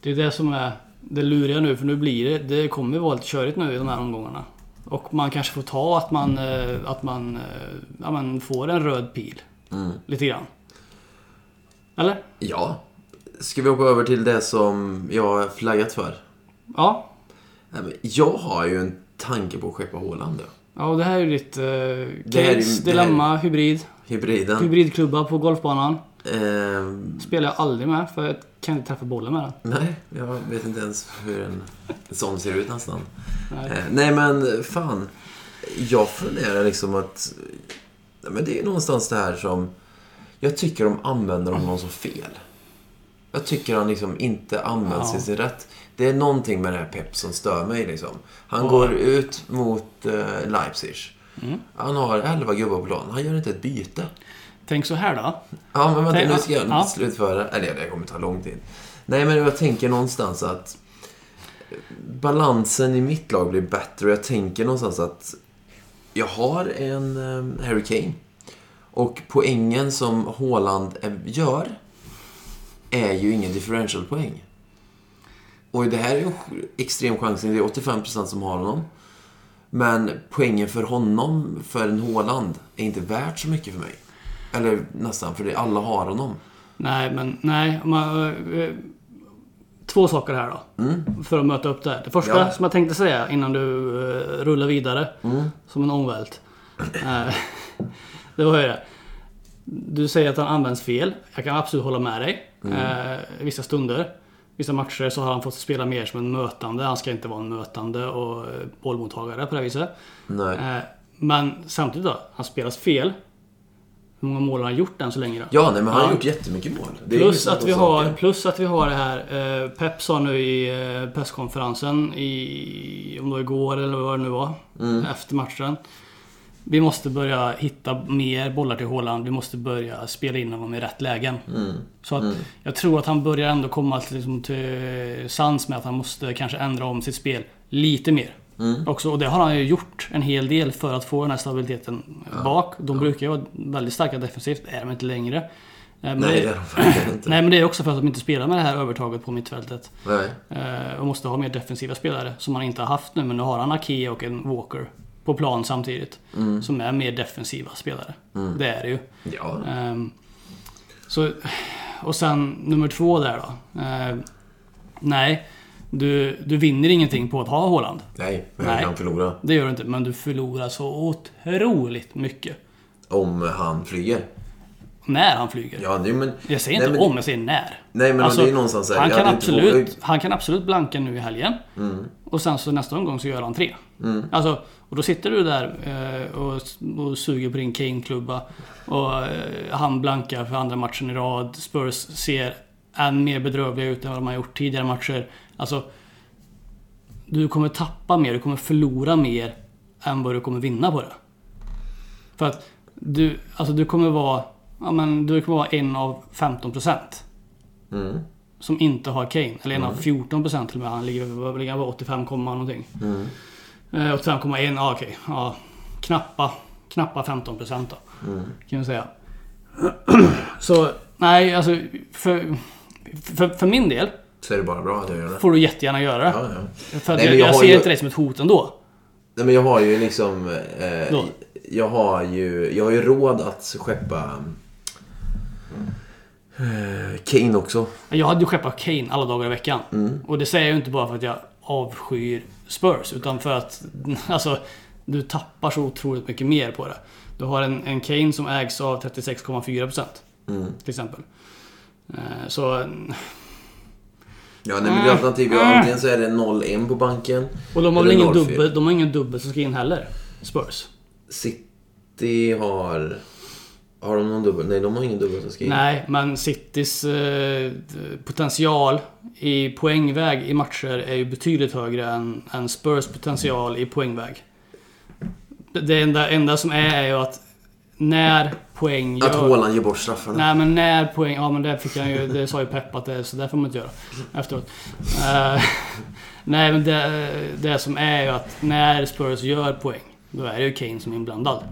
Speaker 1: det är det som är det luriga nu för nu blir det, det kommer ju vara lite körigt nu i de här omgångarna. Och man kanske får ta att man, eh, att man, eh, ja, man får en röd pil.
Speaker 2: Mm.
Speaker 1: Lite grann. Eller?
Speaker 2: Ja. Ska vi hoppa över till det som jag har flaggat för?
Speaker 1: Ja.
Speaker 2: Nej, men jag har ju en tanke på att skeppa Haaland. ja.
Speaker 1: Ja, och det här är ju ditt eh,
Speaker 2: Det här är-
Speaker 1: Cakes,
Speaker 2: det här är-
Speaker 1: Dilemma, Hybrid.
Speaker 2: Hybriden.
Speaker 1: Hybridklubba på golfbanan.
Speaker 2: Ehm,
Speaker 1: Spelar jag aldrig med för jag kan inte träffa bollen med den.
Speaker 2: nej, jag vet inte ens hur en sån ser ut nästan.
Speaker 1: Nej.
Speaker 2: Eh, nej men fan. Jag funderar liksom att... Nej, men det är någonstans det här som... Jag tycker de använder honom så fel. Jag tycker han liksom inte används
Speaker 1: Ja.
Speaker 2: i sin rätt. Det är någonting med det här Pep som stör mig liksom. Han
Speaker 1: Ja.
Speaker 2: går ut mot eh, Leipzig.
Speaker 1: Mm.
Speaker 2: Han har 11 gubbar på plan. Han gör inte ett byte.
Speaker 1: Tänk så här då.
Speaker 2: Ja, men vänta,
Speaker 1: Tänk-
Speaker 2: nu ska jag
Speaker 1: ja.
Speaker 2: slutföra. Eller det kommer ta lång tid. Nej, men jag tänker någonstans att balansen i mitt lag blir bättre och jag tänker någonstans att jag har en eh, Harry Kane och poängen som Haaland är- gör är ju ingen differentialpoäng. Och det här är ju en ch- extrem chansning. Det är 85% som har honom. Men poängen för honom, för en Haaland, är inte värt så mycket för mig. Eller nästan, för det alla har honom.
Speaker 1: Nej, men nej. Man, eh, två saker här då. För att möta upp det här. Det första
Speaker 2: Mm. Ja. Mm.
Speaker 1: som jag tänkte säga innan du eh, rullar vidare. Som en ångvält. Eh, det var ju det. Du säger att han används fel. Jag kan absolut hålla med dig.
Speaker 2: Mm.
Speaker 1: Eh, vissa stunder. Vissa matcher så har han fått spela mer som en mötande. Han ska inte vara en mötande och eh, bollmottagare på det här viset.
Speaker 2: Nej.
Speaker 1: Eh, men samtidigt då. Han spelas fel. Hur många mål har han gjort än så länge då?
Speaker 2: Ja, nej, men han har
Speaker 1: Ja.
Speaker 2: gjort jättemycket mål. Det är ju
Speaker 1: Plus
Speaker 2: sådana
Speaker 1: att, vi
Speaker 2: saker.
Speaker 1: har, plus att vi har det här. Eh, Pep sa nu i eh, presskonferensen i, om det var igår eller vad det nu var.
Speaker 2: Mm.
Speaker 1: Efter matchen. Vi måste börja hitta mer bollar till Haaland. Vi måste börja spela in honom i rätt lägen.
Speaker 2: Mm.
Speaker 1: Så att jag tror att han börjar ändå komma till, liksom, till sans med att han måste kanske ändra om sitt spel lite mer.
Speaker 2: Mm.
Speaker 1: Också, och det har han ju gjort en hel del för att få den här stabiliteten bak. De brukar ju vara väldigt starka defensivt, det är de inte längre. Eh, Men det-
Speaker 2: Nej, det har de verkligen inte.
Speaker 1: Nej men det är också för att de inte spelar med det här övertaget på mittfältet.
Speaker 2: Nej.
Speaker 1: Eh, och måste ha mer defensiva spelare som han inte har haft nu. Men nu har han Ake och en Walker på plan samtidigt.
Speaker 2: Mm.
Speaker 1: Som är mer defensiva spelare. Det är det ju.
Speaker 2: Ja.
Speaker 1: Ehm, så, och sen nummer två där då. Ehm, nej, du, du vinner ingenting på att ha Haaland.
Speaker 2: Nej, men
Speaker 1: Nej.
Speaker 2: han förlorar.
Speaker 1: Det gör du inte, men du förlorar så otroligt mycket.
Speaker 2: Om han flyger.
Speaker 1: När han flyger.
Speaker 2: Ja, nej, men...
Speaker 1: Jag säger
Speaker 2: nej,
Speaker 1: inte
Speaker 2: men,
Speaker 1: om, jag säger när.
Speaker 2: Nej, men det är ju någonstans så här,
Speaker 1: Alltså, han,
Speaker 2: jag
Speaker 1: kan
Speaker 2: hade inte
Speaker 1: absolut,
Speaker 2: vågat- Mm.
Speaker 1: han kan absolut blanka nu i helgen. Och sen så nästa omgång så gör han tre. Alltså, och då sitter du där eh, och, och suger på din Kane-klubba. Och eh, han blankar för andra matchen i rad. Spurs ser än mer bedrövliga ut än vad de har gjort tidigare matcher. Alltså, du kommer tappa mer, du kommer förlora mer än vad du kommer vinna på det. För att du, alltså du kommer vara, ja, men du kommer vara en av 15 procent
Speaker 2: Mm.
Speaker 1: som inte har Kane. Eller en av 14 procent till och med. Han ligger, vad ligger han på 85, komma någonting.
Speaker 2: Mm.
Speaker 1: Eh, 85,1, ja okej. Ja, knappa, knappa 15 procent då.
Speaker 2: Mm.
Speaker 1: Kan man säga. Så nej, alltså för, för, för min del
Speaker 2: Så är det bara bra att jag gör det.
Speaker 1: får du jättegärna göra det.
Speaker 2: Ja, ja.
Speaker 1: För att
Speaker 2: Nej, men
Speaker 1: jag,
Speaker 2: jag
Speaker 1: jag,
Speaker 2: har
Speaker 1: ser
Speaker 2: ju-
Speaker 1: inte dig som ett hot ändå.
Speaker 2: Nej, men jag har ju liksom... Eh,
Speaker 1: Då?
Speaker 2: jag, har ju, jag har ju råd att skeppa... Eh, Kane också.
Speaker 1: Jag hade ju skeppat Kane alla dagar i veckan. Och det säger jag ju inte bara för att jag avskyr Spurs. Utan för att alltså, du tappar så otroligt mycket mer på det. Du har en, en Kane som ägs av 36,4% till exempel. Eh, Så,
Speaker 2: Ja, nej, men det är alternativ. Ja, antingen så är det 0-1 på banken.
Speaker 1: och de har
Speaker 2: eller
Speaker 1: väl ingen
Speaker 2: 0-4.
Speaker 1: dubbel, de har ingen dubbel som ska in heller. Spurs.
Speaker 2: City har... Har de någon dubbel? Nej, de har ingen dubbel som ska in.
Speaker 1: Nej, men Citys eh, potential i poängväg i matcher är ju betydligt högre än, än Spurs potential i poängväg. Det enda, enda som är är ju att när poäng
Speaker 2: Att
Speaker 1: gör...
Speaker 2: Haaland ger bort straffarna.
Speaker 1: Nej men när poäng... Ja men det fick jag ju... Det sa ju Pepp att det, så där får man inte göra efteråt. Eh, nej men det, det som är ju att när Spurs gör poäng, då är det ju Kane som är inblandad.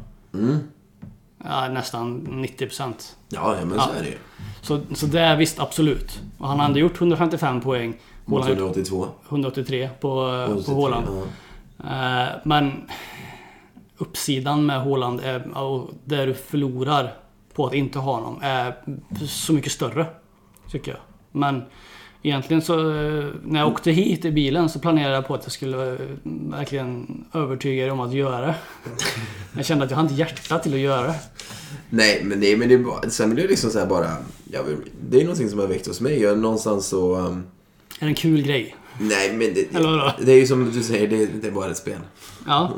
Speaker 1: Ja, nästan 90%.
Speaker 2: Ja, ja, men så
Speaker 1: Ja.
Speaker 2: är det ju.
Speaker 1: Så, så där visst, absolut. Och han hade gjort 155 poäng.
Speaker 2: Mot
Speaker 1: Haaland gjort
Speaker 2: 182.
Speaker 1: 183 på, eh, på
Speaker 2: 183,
Speaker 1: Haaland.
Speaker 2: Mm. ja.
Speaker 1: Eh, men uppsidan med Haaland, är, och där du förlorar på att inte ha honom, är så mycket större. Tycker jag. Men Egentligen så, eh, när jag åkte hit i bilen så planerade jag på att jag skulle eh, verkligen övertyga er om att göra det. Jag kände att jag hade inte hjärta till att göra det.
Speaker 2: Nej, men, nej, men det är bara, sen är det liksom så här bara... Jag vill, det är någonting som har väckt hos mig. Jag är någonstans så... ehm,
Speaker 1: Är det en kul grej?
Speaker 2: nej, men det,
Speaker 1: Eller vadå?
Speaker 2: det är ju som du säger, det, det är bara ett spel.
Speaker 1: Ja.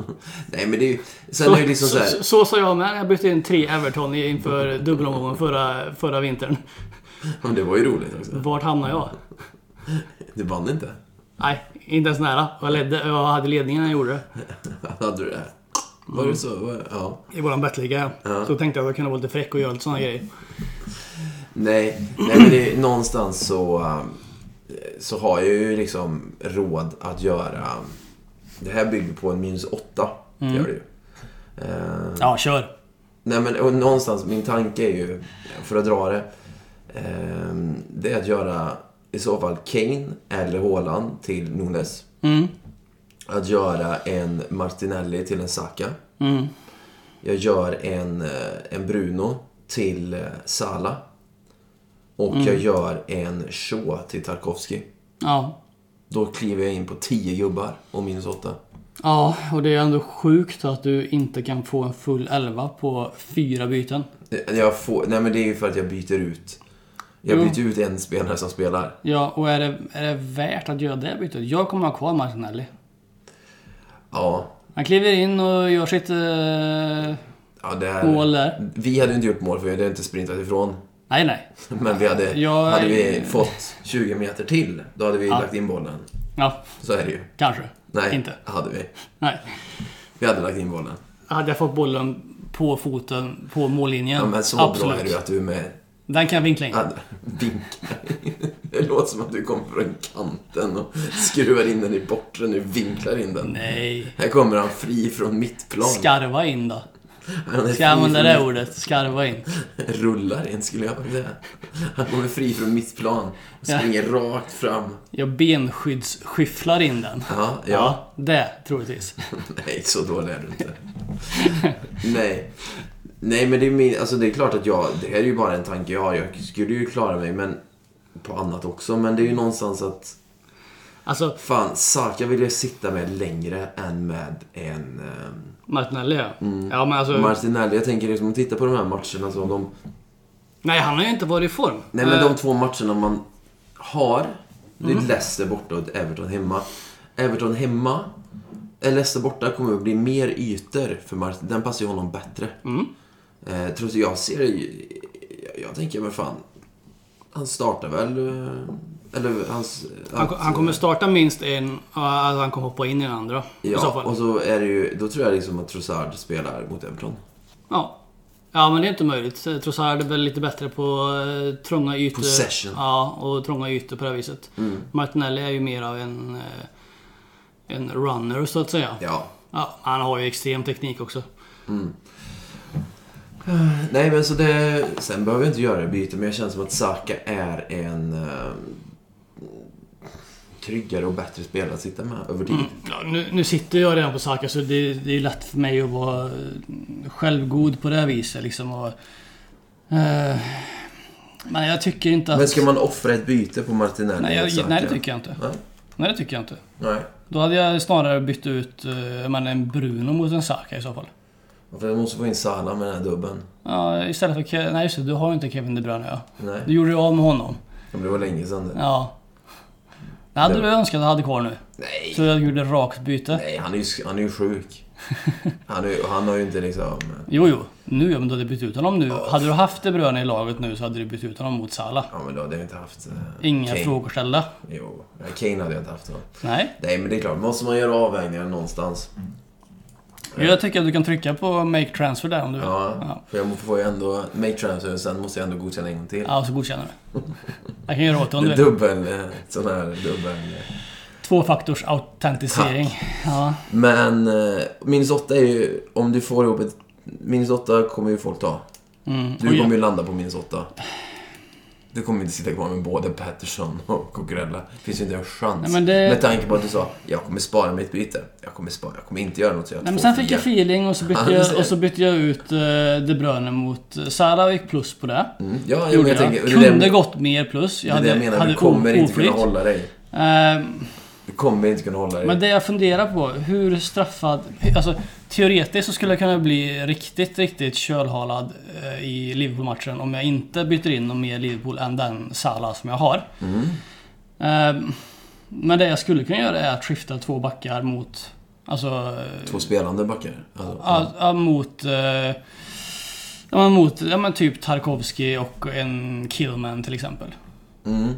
Speaker 2: Nej, men det är ju... Sen
Speaker 1: Så,
Speaker 2: är det liksom så
Speaker 1: så,
Speaker 2: här... Mm.
Speaker 1: så, så sa jag med. Jag bytte in tre Everton i- inför dubbelomgången förra, förra vintern.
Speaker 2: Men det var ju roligt också.
Speaker 1: Vart hamnade jag?
Speaker 2: Du vann inte.
Speaker 1: Nej, inte ens nära. Jag, ledde, jag hade ledningen när jag gjorde det.
Speaker 2: Hade du det? här? Var det så? Var- Ja.
Speaker 1: I våran bettliga. Så tänkte jag att jag kunde vara lite fräck och göra lite såna grejer.
Speaker 2: Nej, nej men det, är- någonstans så, um, så har jag ju liksom råd att göra... Det här bygger på en minus åtta. Det gör det ju. Eh,
Speaker 1: Ja, kör.
Speaker 2: Nej men och någonstans, min tanke är ju, för att dra det, ehm, det är att göra i så fall Kane eller Haaland till Nunes.
Speaker 1: Mm.
Speaker 2: Att göra en Martinelli till en Saka.
Speaker 1: Mm.
Speaker 2: Jag gör en, eh, en Bruno till eh, Sala. Och
Speaker 1: Mm.
Speaker 2: jag gör en Shaw till Tarkovsky.
Speaker 1: Ja.
Speaker 2: Då kliver jag in på 10 gubbar och minus 8.
Speaker 1: Ja, och det är ändå sjukt att du inte kan få en full elva på fyra byten.
Speaker 2: Eh, Jag får, nej men det är ju för att jag byter ut. Jag
Speaker 1: Jo.
Speaker 2: byter ut en spelare som spelar.
Speaker 1: Ja, och är det, är det värt att göra det bytet? Jag kommer ha kvar Martinelli.
Speaker 2: Ja.
Speaker 1: Han kliver in och gör sitt eh,
Speaker 2: ja det här,
Speaker 1: mål där.
Speaker 2: Vi hade inte gjort mål för vi hade inte sprintat ifrån.
Speaker 1: Nej, nej.
Speaker 2: Men vi hade,
Speaker 1: Jag-
Speaker 2: hade vi fått 20 meter till, då hade vi lagt in bollen.
Speaker 1: Ja,
Speaker 2: Så är det ju.
Speaker 1: kanske.
Speaker 2: Nej,
Speaker 1: Inte.
Speaker 2: hade vi.
Speaker 1: Nej.
Speaker 2: Vi hade lagt in bollen.
Speaker 1: Hade jag fått bollen på foten, på mållinjen.
Speaker 2: Ja, men så bra är du att du är med
Speaker 1: Den kan jag vinkla in.
Speaker 2: Ja, Vinklar in. Det låter som att du kommer från kanten och skruvar in den i bortre nu, vinklar in den.
Speaker 1: Nej.
Speaker 2: Här kommer han fri från mittplan.
Speaker 1: Skarva in då.
Speaker 2: Han är
Speaker 1: Ska jag
Speaker 2: fri
Speaker 1: använda
Speaker 2: från
Speaker 1: det
Speaker 2: mitt-
Speaker 1: ordet? Skarva in.
Speaker 2: Rullar in skulle jag säga. Han kommer fri från mittplan och
Speaker 1: Ja.
Speaker 2: springer rakt fram.
Speaker 1: Jag benskyddsskyfflar in den.
Speaker 2: Ja, ja.
Speaker 1: Det, troligtvis.
Speaker 2: Nej, så dålig är du inte. Nej. Nej, men det är, min, alltså det är klart att jag... Det här är ju bara en tanke jag har. Jag skulle ju klara mig men på annat också. Men det är ju någonstans att...
Speaker 1: Alltså,
Speaker 2: Fan, Saka vill jag sitta med längre än med en eh,
Speaker 1: Martinelli ja.
Speaker 2: Mm.
Speaker 1: Ja, men alltså...
Speaker 2: Martinelli. Jag tänker liksom, om man tittar på de här matcherna så de...
Speaker 1: nej, han har ju inte varit i form.
Speaker 2: Nej men
Speaker 1: Eh, Mm.
Speaker 2: de två matcherna man har. Det är Leicester borta och Everton hemma. Everton hemma, eh, Leicester borta kommer att bli mer ytor för Martin. Den passar ju honom bättre. Mm. Eh, trots att jag ser det ju- jag, jag tänker, men fan. Han startar väl... eh, Eller hans... eh, alltså-
Speaker 1: han, han kommer starta minst en, och alltså, han kommer hoppa in i den andra. I så
Speaker 2: Ja,
Speaker 1: fall.
Speaker 2: och så är det ju... Då tror jag liksom att Trossard spelar mot Everton.
Speaker 1: Ja. Ja, men det är inte möjligt. Eh, Trossard är väl lite bättre på eh, trånga ytor.
Speaker 2: Possession. Mm.
Speaker 1: Ja, och trånga ytor på det här viset. Martinelli är ju mer av en, eh, en runner, så att säga.
Speaker 2: Ja,
Speaker 1: Ja, han har ju extrem teknik också.
Speaker 2: Nej men så det... Sen behöver jag inte göra det byte men jag känner som att Saka är en... Eh, tryggare och bättre spelare att sitta med över tid.
Speaker 1: Ja, nu, nu sitter jag redan på Saka så det, det är ju lätt för mig att vara eh, självgod på det här viset liksom. Och, eh, men jag tycker inte att...
Speaker 2: Men ska man offra ett byte på Martinelli
Speaker 1: nej,
Speaker 2: och
Speaker 1: jag,
Speaker 2: Saka?
Speaker 1: nej, det tycker jag inte.
Speaker 2: Nej.
Speaker 1: Nej, det tycker jag inte.
Speaker 2: Nej.
Speaker 1: Då hade jag snarare bytt ut eh, men en Bruno mot en Saka i så fall.
Speaker 2: För jag måste få in Salah med den här dubben.
Speaker 1: Ja, istället för Ke- Nej just det, du har ju inte Kevin De Bruyne ja.
Speaker 2: Nej.
Speaker 1: Du gjorde ju av med honom.
Speaker 2: Men Det var länge sedan det.
Speaker 1: Ja. Det hade
Speaker 2: Det-
Speaker 1: du önskat att du hade kvar nu.
Speaker 2: Nej.
Speaker 1: Så jag gjorde rakt byte.
Speaker 2: Nej, han är ju, han är ju sjuk. Han, är, ju- han har ju inte liksom...
Speaker 1: Jo, jo. Nu ja, men du hade bytt ut honom nu. Hade du haft De Bruyne i laget nu så hade du bytt ut honom mot Salah.
Speaker 2: Ja men då hade jag inte haft... eh,
Speaker 1: Inga
Speaker 2: Kane.
Speaker 1: frågor ställda.
Speaker 2: Jo. Ja, Kane hade jag inte haft då.
Speaker 1: Nej.
Speaker 2: Nej men det är klart, måste man göra avvägningar någonstans.
Speaker 1: Jag tycker att du kan trycka på make transfer där om du vill.
Speaker 2: Ja,
Speaker 1: Ja.
Speaker 2: för jag får ju ändå make transfer och sen måste jag ändå godkänna en gång till.
Speaker 1: Ja, och så godkänner du. Jag kan göra åt det om du vill.
Speaker 2: Dubbel, eh, sån här dubbel. eh.
Speaker 1: Tvåfaktors autentisering. Ja.
Speaker 2: Men eh, minus åtta är ju, om du får ihop ett... Minus åtta kommer ju folk ta.
Speaker 1: Mm.
Speaker 2: Du
Speaker 1: Och jag-
Speaker 2: kommer ju landa på minus åtta. Du kommer inte sitta kvar med både Patterson och Cucurella. Det finns ju inte en chans.
Speaker 1: Nej, men det-
Speaker 2: Med tanke på att du sa, jag kommer spara mitt byte. Jag kommer spara, jag kommer inte göra något så jag har
Speaker 1: Nej, men
Speaker 2: två
Speaker 1: sen fick
Speaker 2: fria.
Speaker 1: jag feeling och så bytte
Speaker 2: Ja, du
Speaker 1: jag,
Speaker 2: ser.
Speaker 1: och så bytte jag ut uh, De Bruyne mot uh, Salah och gick plus på det.
Speaker 2: Mm. Ja, jo,
Speaker 1: Gjorde
Speaker 2: men jag
Speaker 1: jag
Speaker 2: tänker... det är
Speaker 1: Kunde
Speaker 2: det,
Speaker 1: gått mer plus.
Speaker 2: det
Speaker 1: Jag
Speaker 2: är det
Speaker 1: hade,
Speaker 2: jag menar,
Speaker 1: hade
Speaker 2: du kommer
Speaker 1: o-
Speaker 2: inte kunna
Speaker 1: oflyt.
Speaker 2: hålla dig.
Speaker 1: Ehm,
Speaker 2: Du kommer inte kunna hålla dig.
Speaker 1: Men det jag funderar på, hur straffad... Alltså, teoretiskt så skulle jag kunna bli riktigt, riktigt kölhalad eh, i Liverpool-matchen om jag inte byter in någon mer Liverpool än den Salah som jag har.
Speaker 2: Mm.
Speaker 1: Ehm, Men det jag skulle kunna göra är att skifta två backar mot... Alltså... eh,
Speaker 2: Två spelande backar. Alltså,
Speaker 1: Ja, ja, mot... eh, Ja, men mot ja, men typ Tarkovsky och en Killman till exempel.
Speaker 2: Mm.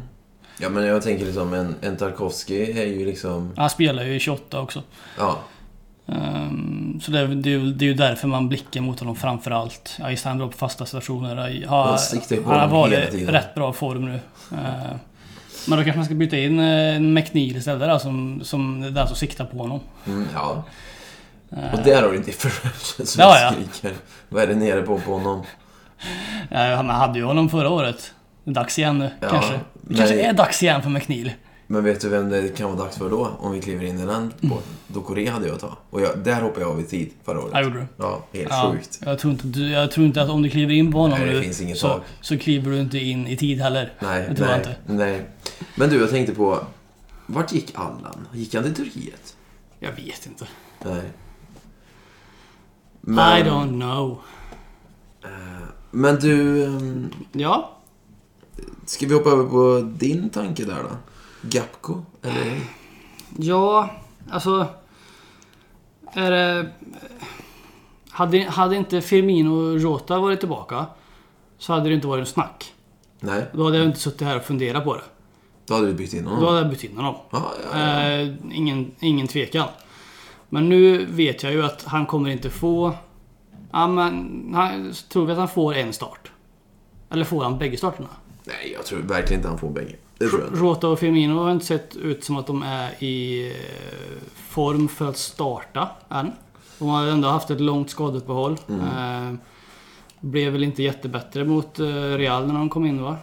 Speaker 2: Ja, men jag tänker liksom en, en Tarkovsky är ju liksom...
Speaker 1: Han spelar ju i 28 också.
Speaker 2: Ja.
Speaker 1: Ehm, så det, är- det, är ju- det är ju därför man blickar mot honom framförallt. Ja, just det, han är bra på fasta situationer. Ja,
Speaker 2: Man siktar ju på
Speaker 1: han har
Speaker 2: honom hela
Speaker 1: varit i
Speaker 2: tiden.
Speaker 1: rätt bra form nu. Ehm, men då kanske man ska byta in eh, en McNeil istället där, som, som det där som siktar på honom.
Speaker 2: Mm, ja. Och där har du differential som
Speaker 1: Ja, ja.
Speaker 2: skriker. Vad är det nere på på honom?
Speaker 1: Eh, han hade ju honom förra året. Det är dags igen nu,
Speaker 2: Ja,
Speaker 1: kanske. Det
Speaker 2: men-
Speaker 1: kanske är dags igen för McNeil.
Speaker 2: Men vet du vem det kan vara dags för då? Om vi kliver in i den båten. Dokore hade jag att ta. Och jag, där hoppade jag av i tid förra
Speaker 1: Mm. Ja,
Speaker 2: året.
Speaker 1: gjorde du.
Speaker 2: Ja, helt
Speaker 1: Ja,
Speaker 2: sjukt.
Speaker 1: jag, tror inte, att du- jag tror inte att om du kliver in på honom
Speaker 2: Nej, det
Speaker 1: nu,
Speaker 2: finns inget
Speaker 1: så,
Speaker 2: tak.
Speaker 1: så kliver du inte in i tid heller.
Speaker 2: Nej,
Speaker 1: det tror jag
Speaker 2: nej,
Speaker 1: inte.
Speaker 2: nej. Men du, jag tänkte på... Vart gick Allan? Gick han till Turkiet?
Speaker 1: Jag vet inte.
Speaker 2: Nej.
Speaker 1: I don't know.
Speaker 2: Men du, ehm,
Speaker 1: Ja,
Speaker 2: ska vi hoppa över på din tanke där då? Gapko, eller ej?
Speaker 1: Ja, alltså... Är det, hade, hade inte Firmino och Jota varit tillbaka så hade det inte varit en snack.
Speaker 2: Nej,
Speaker 1: Då hade jag inte suttit här och funderat på det.
Speaker 2: då hade du bytt in
Speaker 1: Då
Speaker 2: honom.
Speaker 1: hade jag bytt in honom.
Speaker 2: Ja, ja, ja.
Speaker 1: Eh, ingen, ingen tvekan. Men nu vet jag ju att han kommer inte få... Ja, men, han, tror vi att han får en start? Eller får han bägge starterna?
Speaker 2: Nej, jag tror verkligen inte han får bägge. Det tror jag inte.
Speaker 1: Jota och Firmino har inte sett ut som att de är i eh, form för att starta än. De har ändå haft ett långt skadeuppehåll.
Speaker 2: Mm.
Speaker 1: Eh, blev väl inte jättebättre mot eh, Real när de kom in va?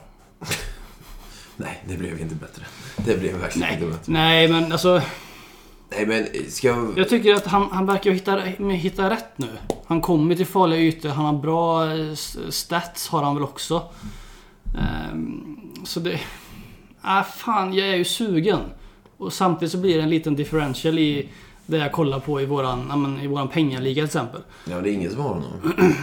Speaker 2: Nej, det blev inte bättre. Det blev verkligen
Speaker 1: Nej,
Speaker 2: inte bättre.
Speaker 1: Nej men alltså.
Speaker 2: Nej, men ska jag...
Speaker 1: Jag tycker att han, han verkar hitta, hitta rätt nu. Han kommer till farliga ytor, han har bra eh, s- stats har han väl också. Ehm, så det... Ah, fan, jag är ju sugen. Och samtidigt så blir det en liten differential i det jag kollar på i våran, ja, men i våran pengaliga till exempel.
Speaker 2: Ja, det är ingen som har honom.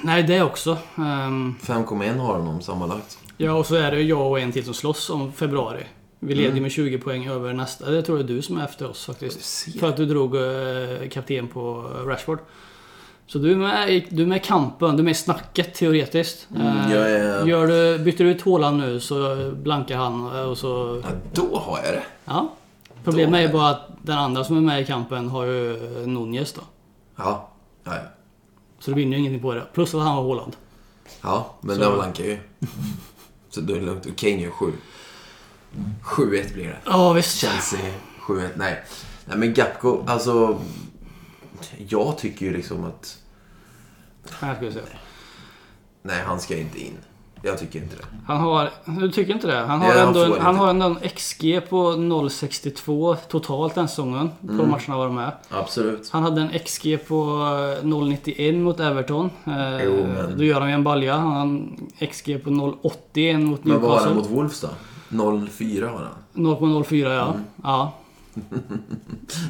Speaker 1: Nej, det också. Ehm,
Speaker 2: 5,1 har honom sammanlagt.
Speaker 1: ja, och så är det ju jag och en till som slåss om februari. Vi leder ju med 20 poäng över nästa. Det tror jag är du som är efter oss faktiskt.
Speaker 2: Se.
Speaker 1: För att Mm. du drog eh, kapten på Rashford. Så du är med, i- du är med i kampen, du är med i snacket teoretiskt. Eh,
Speaker 2: jag är-
Speaker 1: Gör du, byter du ut Haaland nu så blankar han eh, och så...
Speaker 2: Ja, då har jag det.
Speaker 1: Ja. Problemet är
Speaker 2: Då-
Speaker 1: ju bara att den andra som är med i kampen har ju eh, Nunez då.
Speaker 2: Ja, ja, ja.
Speaker 1: Så det vinner ju ingenting på det. Plus att han har Haaland.
Speaker 2: ja men
Speaker 1: Så-
Speaker 2: den blankar ju. Så då är det lugnt. Och Kane gör 7. 7-1 blir det.
Speaker 1: Ja visst.
Speaker 2: Chelsea 7-1. Nej. Nej men Gapko, alltså... Jag tycker ju liksom att...
Speaker 1: Här ska vi se.
Speaker 2: Nej, han ska inte in. Jag tycker inte det.
Speaker 1: Han har... Du tycker inte det? Han har
Speaker 2: Ja, han
Speaker 1: ändå
Speaker 2: får
Speaker 1: en, han
Speaker 2: lite.
Speaker 1: har ändå en XG på 0,62 totalt den säsongen.
Speaker 2: Mm.
Speaker 1: På de matcherna han var med.
Speaker 2: Absolut.
Speaker 1: Han hade en XG på eh, 0,91 mot Everton. Eh,
Speaker 2: Jo, men-
Speaker 1: Då gör han ju en balja. Han har en XG på 0,81 mot
Speaker 2: Men vad har
Speaker 1: Newcastle.
Speaker 2: han mot Wolves då? 0-4 har han.
Speaker 1: 0,04 ja.
Speaker 2: Mm.
Speaker 1: ja.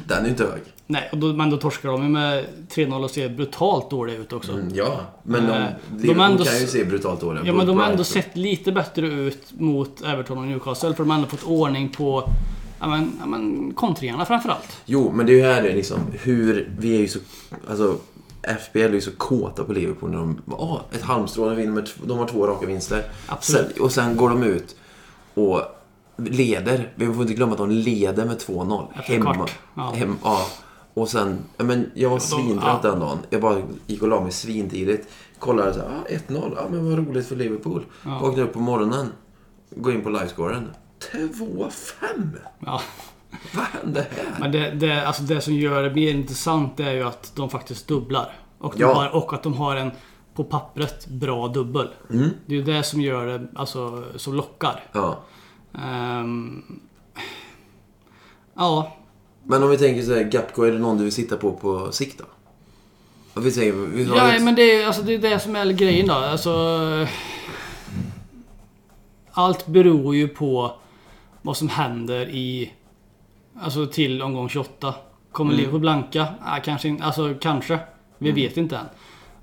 Speaker 2: Den är ju inte hög.
Speaker 1: Nej, och då, men då torskar de ju med 3-0 och ser brutalt dåliga ut
Speaker 2: Mm.
Speaker 1: också.
Speaker 2: Ja, men de,
Speaker 1: Nej. De
Speaker 2: Liverpool
Speaker 1: ändå
Speaker 2: kan ju
Speaker 1: s-
Speaker 2: se brutalt dåliga
Speaker 1: Ja, men de har
Speaker 2: Brighton.
Speaker 1: ändå sett lite bättre ut mot Everton och Newcastle. För de har ändå fått ordning på ja, men, ja, men, kontringarna framförallt.
Speaker 2: Jo, men det är ju här det är liksom hur vi är ju så... Alltså, FBL är ju så kåta på Liverpool när de... ah ett halmstrå, de, vinner med, t- de har två raka vinster.
Speaker 1: Absolut.
Speaker 2: Sen, och sen går de ut och leder. Vi får inte glömma att de leder med 2-0.
Speaker 1: Efter kvart, ja.
Speaker 2: Hem, ja. Och sen, ja, men jag var svintrött den dagen. Jag bara gick och la mig svintidigt. Kollade så här, ah, 1-0, ja men vad roligt för Liverpool.
Speaker 1: Ja.
Speaker 2: Vaknade upp på morgonen, går in på livescoren. 2-5!
Speaker 1: Ja.
Speaker 2: Vad hände här?
Speaker 1: Men det, det, alltså det som gör det mer intressant det är ju att de faktiskt dubblar. Och, de
Speaker 2: Ja.
Speaker 1: har, och att de har en på pappret bra dubbel.
Speaker 2: Mm.
Speaker 1: Det är ju det som gör det, alltså, som lockar.
Speaker 2: Ja.
Speaker 1: Ehm, ja,
Speaker 2: Men om vi tänker så här, Gapco, är det någon du vill sitta på på sikt då? Om Vi säger, vi har
Speaker 1: Ja,
Speaker 2: ett-
Speaker 1: men det är, alltså, det är det som är grejen då. Alltså, allt beror ju på vad som händer i... Alltså till omgång 28. Kommer
Speaker 2: Mm.
Speaker 1: Liverpool blanka? Ah, kanske inte. Alltså kanske. Vi vet inte än.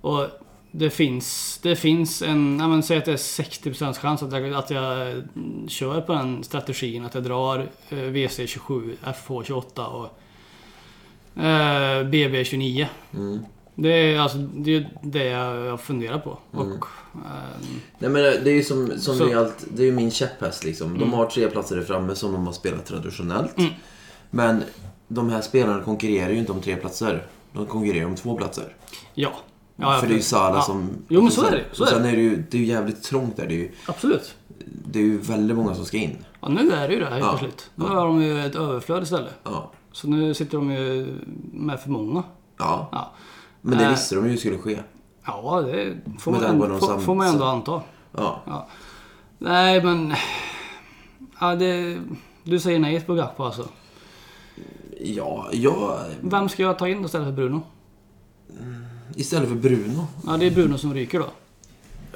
Speaker 1: Och det finns, det finns en... Ja, men, säg att det är 60% chans att jag, att jag mm, kör på den strategin. Att jag drar eh, VC27, FH28 och eh, BB29. Det är alltså det, är det jag funderar på.
Speaker 2: Mm.
Speaker 1: Och, ehm,
Speaker 2: Nej men det är ju som, som
Speaker 1: Så- Mm.
Speaker 2: det, är allt, det är ju min käpphäst liksom. De har tre platser där framme som de har spelat traditionellt. Men de här spelarna konkurrerar ju inte om tre platser. De konkurrerar om två platser.
Speaker 1: ja. ja.
Speaker 2: För det är ju Salah
Speaker 1: ja.
Speaker 2: som...
Speaker 1: Jo, men så är det. Så
Speaker 2: och
Speaker 1: är
Speaker 2: sen
Speaker 1: det.
Speaker 2: är det ju, det är ju jävligt trångt där. Det är, ju,
Speaker 1: Absolut.
Speaker 2: det är ju väldigt många som ska in.
Speaker 1: Ja, nu är det ju det här helt
Speaker 2: Ja.
Speaker 1: plötsligt. Nu har de ju ett överflöd istället.
Speaker 2: Ja.
Speaker 1: Så nu sitter de ju med för många.
Speaker 2: ja.
Speaker 1: Ja,
Speaker 2: Men det
Speaker 1: Eh.
Speaker 2: visste de ju skulle ske.
Speaker 1: ja det får
Speaker 2: Men
Speaker 1: man,
Speaker 2: där går de
Speaker 1: ändå, får,
Speaker 2: sam-
Speaker 1: får man ändå
Speaker 2: sam-
Speaker 1: anta.
Speaker 2: Ja.
Speaker 1: Ja. Nej, men... Ja, det, du säger nej på Gakpo alltså.
Speaker 2: Ja, jag...
Speaker 1: Vem ska jag ta in istället för Bruno?
Speaker 2: Istället för Bruno.
Speaker 1: Ja, det är Bruno som ryker då.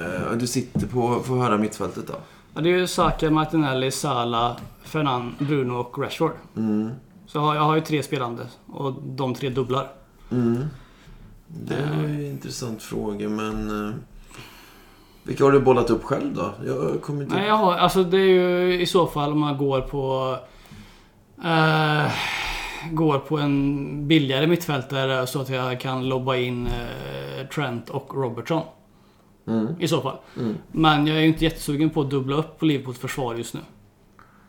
Speaker 2: Eh, du sitter på... Får höra mittfältet då.
Speaker 1: Ja, det är ju Saka, Martinelli, Sala, Fernand, Bruno och Rashford.
Speaker 2: Mm.
Speaker 1: Så jag har, jag har ju tre spelande och de tre dubblar.
Speaker 2: Mm. Det är en intressant fråga, men... eh, Vilka har du bollat upp själv då? Jag kommer inte...
Speaker 1: Nej, jag har, alltså det är ju i så fall om man går på... Eh, går på en billigare mittfältare så att jag kan lobba in eh, Trent och Robertson.
Speaker 2: Mm.
Speaker 1: I så fall.
Speaker 2: Mm.
Speaker 1: Men jag är ju inte jättesugen på att dubbla upp på Liverpools försvar just nu.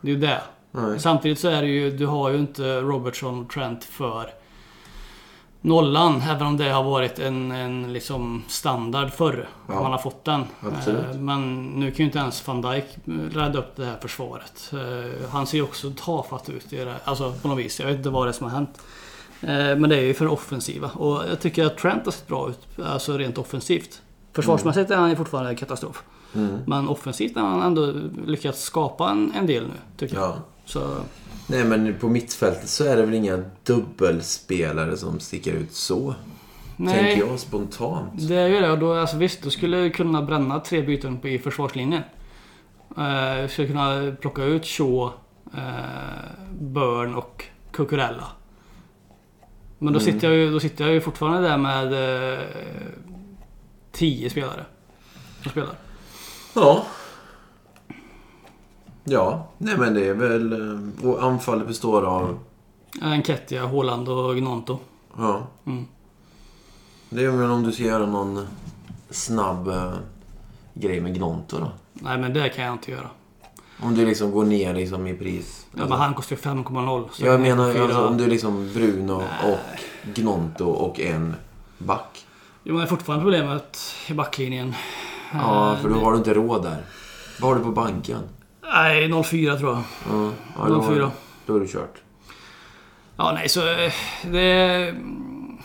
Speaker 1: Det är ju det.
Speaker 2: Nej.
Speaker 1: Samtidigt så är det ju, du har ju inte Robertson och Trent för nollan. Även om det har varit en, en liksom standard förr.
Speaker 2: Ja.
Speaker 1: Man har fått den.
Speaker 2: Absolut.
Speaker 1: Eh, Men nu kan ju inte ens van Dijk rädda upp det här försvaret. Eh, Han ser ju också tafatt ut i det här. Alltså på något vis. Jag vet inte vad det är som har hänt. Eh, Men det är ju för offensiva. Och jag tycker att Trent har sett bra ut. Alltså rent offensivt. Försvarsmässigt är han ju fortfarande en katastrof.
Speaker 2: Mm.
Speaker 1: Men offensivt har han ändå lyckats skapa en, en del nu. Tycker jag.
Speaker 2: Ja.
Speaker 1: Så
Speaker 2: Nej, men på mittfältet så är det väl inga dubbelspelare som sticker ut så.
Speaker 1: Nej,
Speaker 2: Tänker jag spontant.
Speaker 1: det är ju det. Och då, alltså, visst, då skulle jag kunna bränna tre byten på, i försvarslinjen. Eh, Jag skulle kunna plocka ut Shaw, eh, Burn och Cucurella. Men
Speaker 2: Mm.
Speaker 1: då, sitter jag ju, då sitter jag ju fortfarande där med eh, tio spelare. Som spelar.
Speaker 2: Ja. Ja, nej men det är väl... eh, Och anfallet består av...
Speaker 1: Enketia, Haaland och Gnonto.
Speaker 2: Ja.
Speaker 1: Mm.
Speaker 2: Det är väl om du ska göra någon snabb eh, grej med Gnonto då.
Speaker 1: Nej, men det kan jag inte göra.
Speaker 2: Om du liksom går ner liksom i pris.
Speaker 1: Ja, men han kostar ju 5,0. så
Speaker 2: Jag
Speaker 1: kan
Speaker 2: menar
Speaker 1: fyra-
Speaker 2: alltså, om du är liksom Bruno och Gnonto och en back.
Speaker 1: Jo, men det är fortfarande problemet i backlinjen.
Speaker 2: Ja,
Speaker 1: Eh,
Speaker 2: för då har du inte råd där. Vad har du på banken?
Speaker 1: Nej, 0,4 tror jag.
Speaker 2: Ja, ja, då, har-
Speaker 1: 04.
Speaker 2: då är du kört.
Speaker 1: Ja, nej, så eh, det... mm,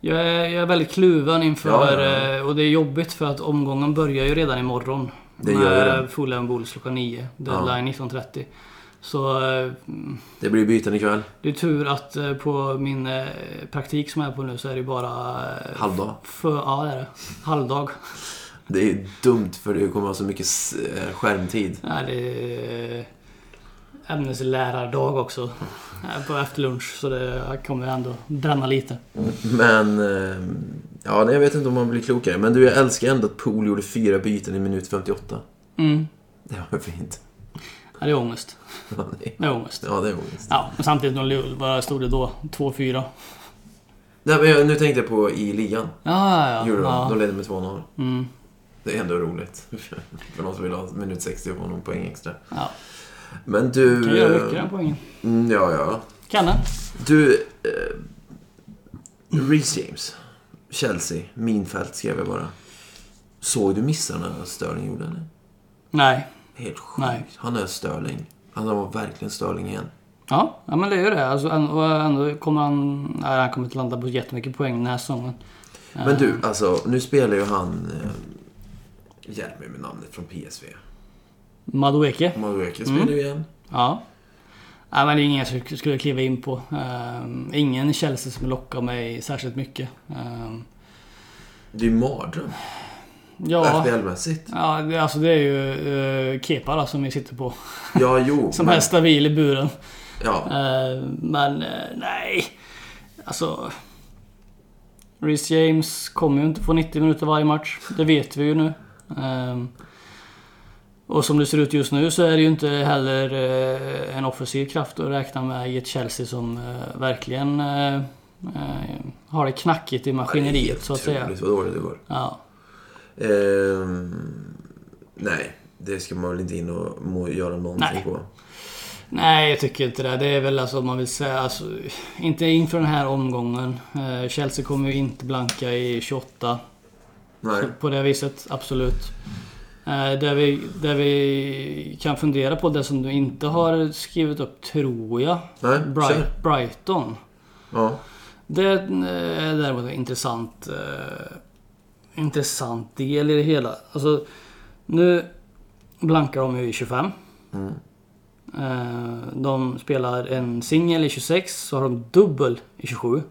Speaker 1: Jag är, jag är väldigt kluven inför...
Speaker 2: Ja, ja,
Speaker 1: eh, Och det är jobbigt för att omgången börjar ju redan imorgon.
Speaker 2: Det gör ju det.
Speaker 1: Med Fulham Bulls klockan 9. Deadline 19.30. Så eh, mm,
Speaker 2: Det blir byten ikväll.
Speaker 1: det är tur att eh, på min eh, praktik som jag är på nu så är det ju bara... eh,
Speaker 2: Halvdag.
Speaker 1: För, ja, det är det. Halvdag.
Speaker 2: Det är dumt för du kommer ha så mycket s- eh, skärmtid.
Speaker 1: Nej, det är ämneslärardag också. eh, På efterlunch. Så det kommer jag ändå bränna lite.
Speaker 2: Men... eh, Ja, nej, jag vet inte om man blir klokare. Men du, jag älskar ändå att Pool gjorde fyra byten i minut 58.
Speaker 1: Mm.
Speaker 2: Det var fint.
Speaker 1: Ja, det är ångest.
Speaker 2: Ja, nej.
Speaker 1: Det är ångest.
Speaker 2: Ja, det är ångest.
Speaker 1: Ja, men samtidigt, de- vad stod det då? 2-4?
Speaker 2: Nej, men jag, nu tänkte jag på i ligan.
Speaker 1: Ja, ja,
Speaker 2: Gjorde de.
Speaker 1: ja.
Speaker 2: De
Speaker 1: ja.
Speaker 2: ledde med 2-0.
Speaker 1: Mm,
Speaker 2: Det är ändå roligt. För någon som vill ha minut 60 och få någon poäng extra.
Speaker 1: ja.
Speaker 2: Men du...
Speaker 1: Kan göra mycket
Speaker 2: eh,
Speaker 1: den poängen.
Speaker 2: mm, ja, ja.
Speaker 1: Kan den?
Speaker 2: Du... Eh, Reece James. Chelsea. Minfält skrev jag bara. Såg du missarna Störling gjorde eller?
Speaker 1: Nej.
Speaker 2: Helt sjukt.
Speaker 1: Nej.
Speaker 2: Han är Störling. Han var verkligen Störling igen.
Speaker 1: Ja, ja, men det är ju det. Alltså, än- och ändå kommer han... Nej, han kommer inte landa på jättemycket poäng den här säsongen.
Speaker 2: Men du, alltså nu spelar ju han... Eh, hjälp mig med namnet från PSV.
Speaker 1: Madueke.
Speaker 2: Madueke spelar
Speaker 1: Mm.
Speaker 2: ju igen.
Speaker 1: Ja. Nej, men det är ingen jag sk- skulle kliva in på. Ehm, ingen Chelsea som lockar mig särskilt mycket. Ehm,
Speaker 2: Det är ju mardröm.
Speaker 1: ja,
Speaker 2: FBL-mässigt.
Speaker 1: ja, det- alltså det är ju uh, Kepa då, som vi sitter på.
Speaker 2: Ja, jo.
Speaker 1: Som
Speaker 2: men-
Speaker 1: är stabil i buren.
Speaker 2: Ja,
Speaker 1: Eh, men eh, nej. Alltså... Reece James kommer ju inte få 90 minuter varje match. Det vet vi ju nu. Ehm, och som det ser ut just nu så är det ju inte heller eh, en offensiv kraft att räkna med i ett Chelsea som eh, verkligen eh, eh, har det knackigt i
Speaker 2: det är
Speaker 1: maskineriet
Speaker 2: helt
Speaker 1: så att säga.
Speaker 2: otroligt vad dåligt det går.
Speaker 1: Ja.
Speaker 2: Ehm, nej, det ska man väl inte in och må, göra någonting
Speaker 1: Nej.
Speaker 2: på.
Speaker 1: Nej, jag tycker inte det. Det är väl alltså om man vill säga, alltså, inte inför den här omgången. Eh, Chelsea kommer ju inte blanka i 28.
Speaker 2: Nej.
Speaker 1: På det viset, absolut. Eh, Där vi, där vi kan fundera på det som du inte har skrivit upp, tror jag.
Speaker 2: Nej,
Speaker 1: Bright,
Speaker 2: kör.
Speaker 1: Brighton.
Speaker 2: Ja.
Speaker 1: Det är däremot en intressant, eh, intressant del i det hela. Alltså, nu blankar de ju i 25. Eh, de spelar en singel i 26, så har de dubbel i 27.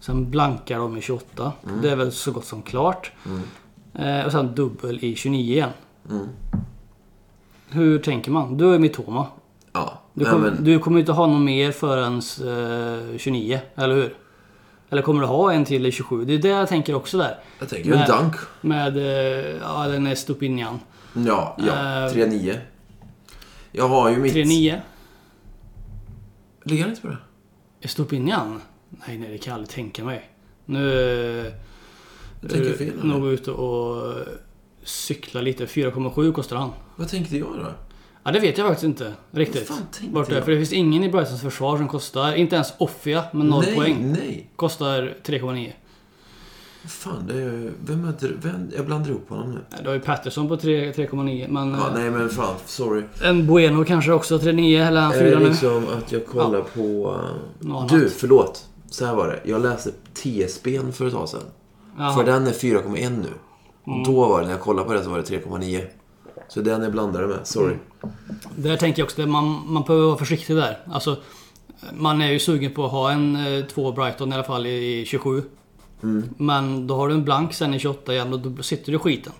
Speaker 1: Sen blankar de i 28. Det är väl så gott som klart. Eh, och sen dubbel i 29 igen.
Speaker 2: Mm.
Speaker 1: Hur tänker man? Du är Mitoma.
Speaker 2: Ja.
Speaker 1: Du,
Speaker 2: Nej,
Speaker 1: kom,
Speaker 2: men,
Speaker 1: du kommer inte ha någon mer förrän eh, 29, eller hur? Eller kommer du ha en till i 27? Det är det jag tänker också där.
Speaker 2: jag tänker ju en
Speaker 1: Men-
Speaker 2: dunk.
Speaker 1: Med, eh, ja den är Stupinian.
Speaker 2: Ja, ja.
Speaker 1: Eh,
Speaker 2: 3-9. Jag har ju mitt...
Speaker 1: 3-9.
Speaker 2: Ligger han inte på det?
Speaker 1: Är Stupinian? Nej, nej det kan jag aldrig tänka mig. Nu eh,
Speaker 2: Jag tänker
Speaker 1: är
Speaker 2: fel.
Speaker 1: du
Speaker 2: eller?
Speaker 1: nog ute och eh, cyklar lite. 4,7 kostar han.
Speaker 2: Vad tänkte jag då?
Speaker 1: Ja, det vet jag faktiskt inte riktigt.
Speaker 2: Vad fan tänkte
Speaker 1: Vart det är.
Speaker 2: jag?
Speaker 1: För det finns ingen i Brightons försvar som kostar, inte ens Offia med 0
Speaker 2: nej,
Speaker 1: poäng.
Speaker 2: nej.
Speaker 1: Kostar 3,9.
Speaker 2: Fan, det är, vem är det- vem, Jag blandar ihop honom nu.
Speaker 1: Du har ju Patterson på 3 3,9 men...
Speaker 2: Ja,
Speaker 1: eh,
Speaker 2: nej, men fan. Sorry.
Speaker 1: En Bueno kanske också, 39 eller han
Speaker 2: Är det
Speaker 1: fyra nu.
Speaker 2: liksom att jag kollar på... eh,
Speaker 1: Något
Speaker 2: Du,
Speaker 1: annat.
Speaker 2: förlåt. Så här var det. Jag läste TSB'n för ett tag sedan.
Speaker 1: Jaha.
Speaker 2: För den är 4,1 nu.
Speaker 1: Mm.
Speaker 2: Då var det, när jag kollade på det så var det 3,9. Så den är blandade med. Sorry.
Speaker 1: Mm. Där tänker jag också att man, man behöver vara försiktig där. Alltså, man är ju sugen på att ha en eh, två Brighton i alla fall i 27.
Speaker 2: Mm.
Speaker 1: Men då har du en blank sen i 28 igen och då sitter du i skiten.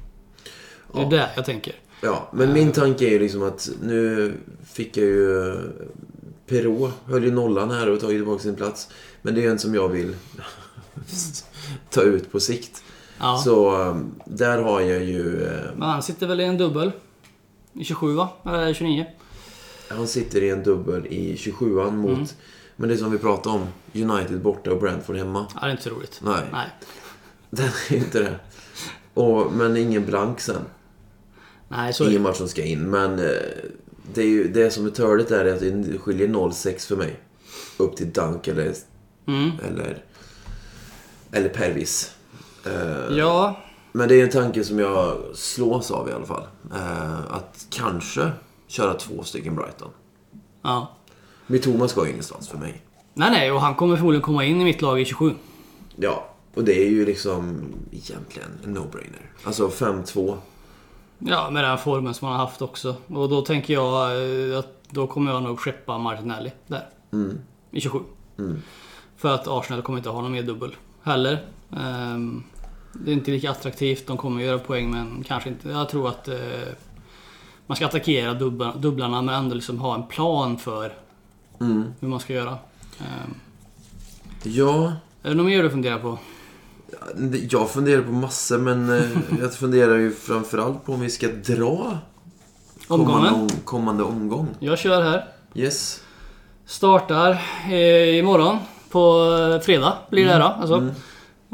Speaker 1: Det är det jag tänker.
Speaker 2: Ja, men min tanke är ju liksom att nu fick jag ju... eh, Perrault höll ju nollan här och tagit tillbaka sin plats. Men det är ju en som jag vill ta ut på sikt.
Speaker 1: Ja.
Speaker 2: Så eh, där har jag ju... eh,
Speaker 1: Men han sitter väl i en dubbel? I 27 va? Eller 29?
Speaker 2: Han sitter i en dubbel i 27an mot... Men det är som vi pratade om. United borta och Brentford hemma.
Speaker 1: Ja, det är inte så roligt.
Speaker 2: Nej,
Speaker 1: Nej.
Speaker 2: den är inte det. Och, men ingen blank sen.
Speaker 1: Nej, så är
Speaker 2: I
Speaker 1: det.
Speaker 2: matchen ska in. Men eh, det, är ju, det som är törligt är att det skiljer 0-6 för mig. Upp till Dunk eller...
Speaker 1: Mm.
Speaker 2: Eller, eller Pervis. Eh,
Speaker 1: Ja,
Speaker 2: Men det är en tanke som jag slås av i alla fall. Eh, att kanske köra två stycken Brighton.
Speaker 1: ja.
Speaker 2: Mitoma ska ju ingenstans för mig.
Speaker 1: Nej, nej, och han kommer förmodligen komma in i mitt lag i 27.
Speaker 2: Ja, och det är ju liksom egentligen en no-brainer. Alltså 5-2.
Speaker 1: Ja, med den formen som han har haft också. Och då tänker jag eh, att då kommer jag nog skeppa Martinelli där.
Speaker 2: Mm.
Speaker 1: I 27. För att Arsenal kommer inte ha någon mer dubbel heller. Ehm, det är inte lika attraktivt. De kommer göra poäng men kanske inte. Jag tror att eh, man ska attackera dubbla, dubblarna men ändå liksom ha en plan för hur man ska göra. Ehm,
Speaker 2: Ja,
Speaker 1: är det något mer du funderar på?
Speaker 2: jag funderar på massor men eh, jag funderar ju framförallt på om vi ska dra kommande,
Speaker 1: Omgången?
Speaker 2: om- kommande omgång.
Speaker 1: Jag kör här.
Speaker 2: Yes.
Speaker 1: Startar eh, imorgon på eh, fredag blir det här då,
Speaker 2: Mm.
Speaker 1: alltså.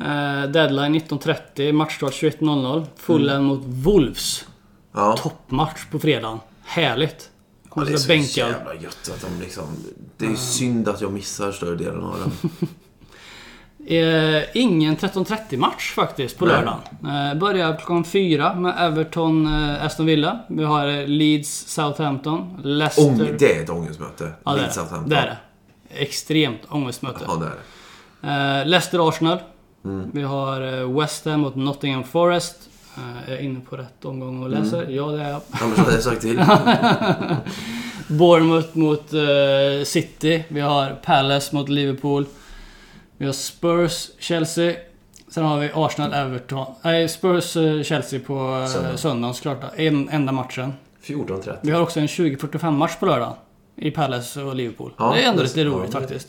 Speaker 1: Eh, deadline 19.30, matchstart 21.00. Fullen
Speaker 2: Mm.
Speaker 1: mot Wolves.
Speaker 2: Ja.
Speaker 1: Toppmatch på fredagen. Härligt!
Speaker 2: Ja,
Speaker 1: Kommer
Speaker 2: det är
Speaker 1: sitta
Speaker 2: så
Speaker 1: bänkad.
Speaker 2: jävla gött att de liksom... Det är
Speaker 1: Ah.
Speaker 2: ju synd att jag missar större delen av den.
Speaker 1: Eh, ingen 13.30 match faktiskt på
Speaker 2: Nej.
Speaker 1: lördagen. Eh, börjar klockan fyra med Everton, eh, Aston Villa. Vi har eh, Leeds, Southampton, Leicester.
Speaker 2: Ång, det är ett ångestmöte.
Speaker 1: ja, det är
Speaker 2: Minst
Speaker 1: det.
Speaker 2: att hämta.
Speaker 1: det är det. Extremt ångestmöte.
Speaker 2: Ja, det är det.
Speaker 1: Eh, Leicester Arsenal. Vi har eh, West Ham mot Nottingham Forest. Eh, Jag är inne på rätt omgång och läser. Ja, det är jag.
Speaker 3: Annars hade jag sagt till.
Speaker 1: Bournemouth mot eh, City. Vi har Palace mot Liverpool. Vi har Spurs, Chelsea. Sen har vi Arsenal, Everton. Nej, Spurs, eh, Chelsea på eh,
Speaker 2: Söndag.
Speaker 1: söndagen såklart. då. En, enda matchen.
Speaker 2: 14-30.
Speaker 1: Vi har också en 20.45 match på lördag. I Palace och Liverpool.
Speaker 2: Ja,
Speaker 1: det är ändå
Speaker 2: det-
Speaker 1: lite roligt
Speaker 2: ja, det-
Speaker 1: faktiskt.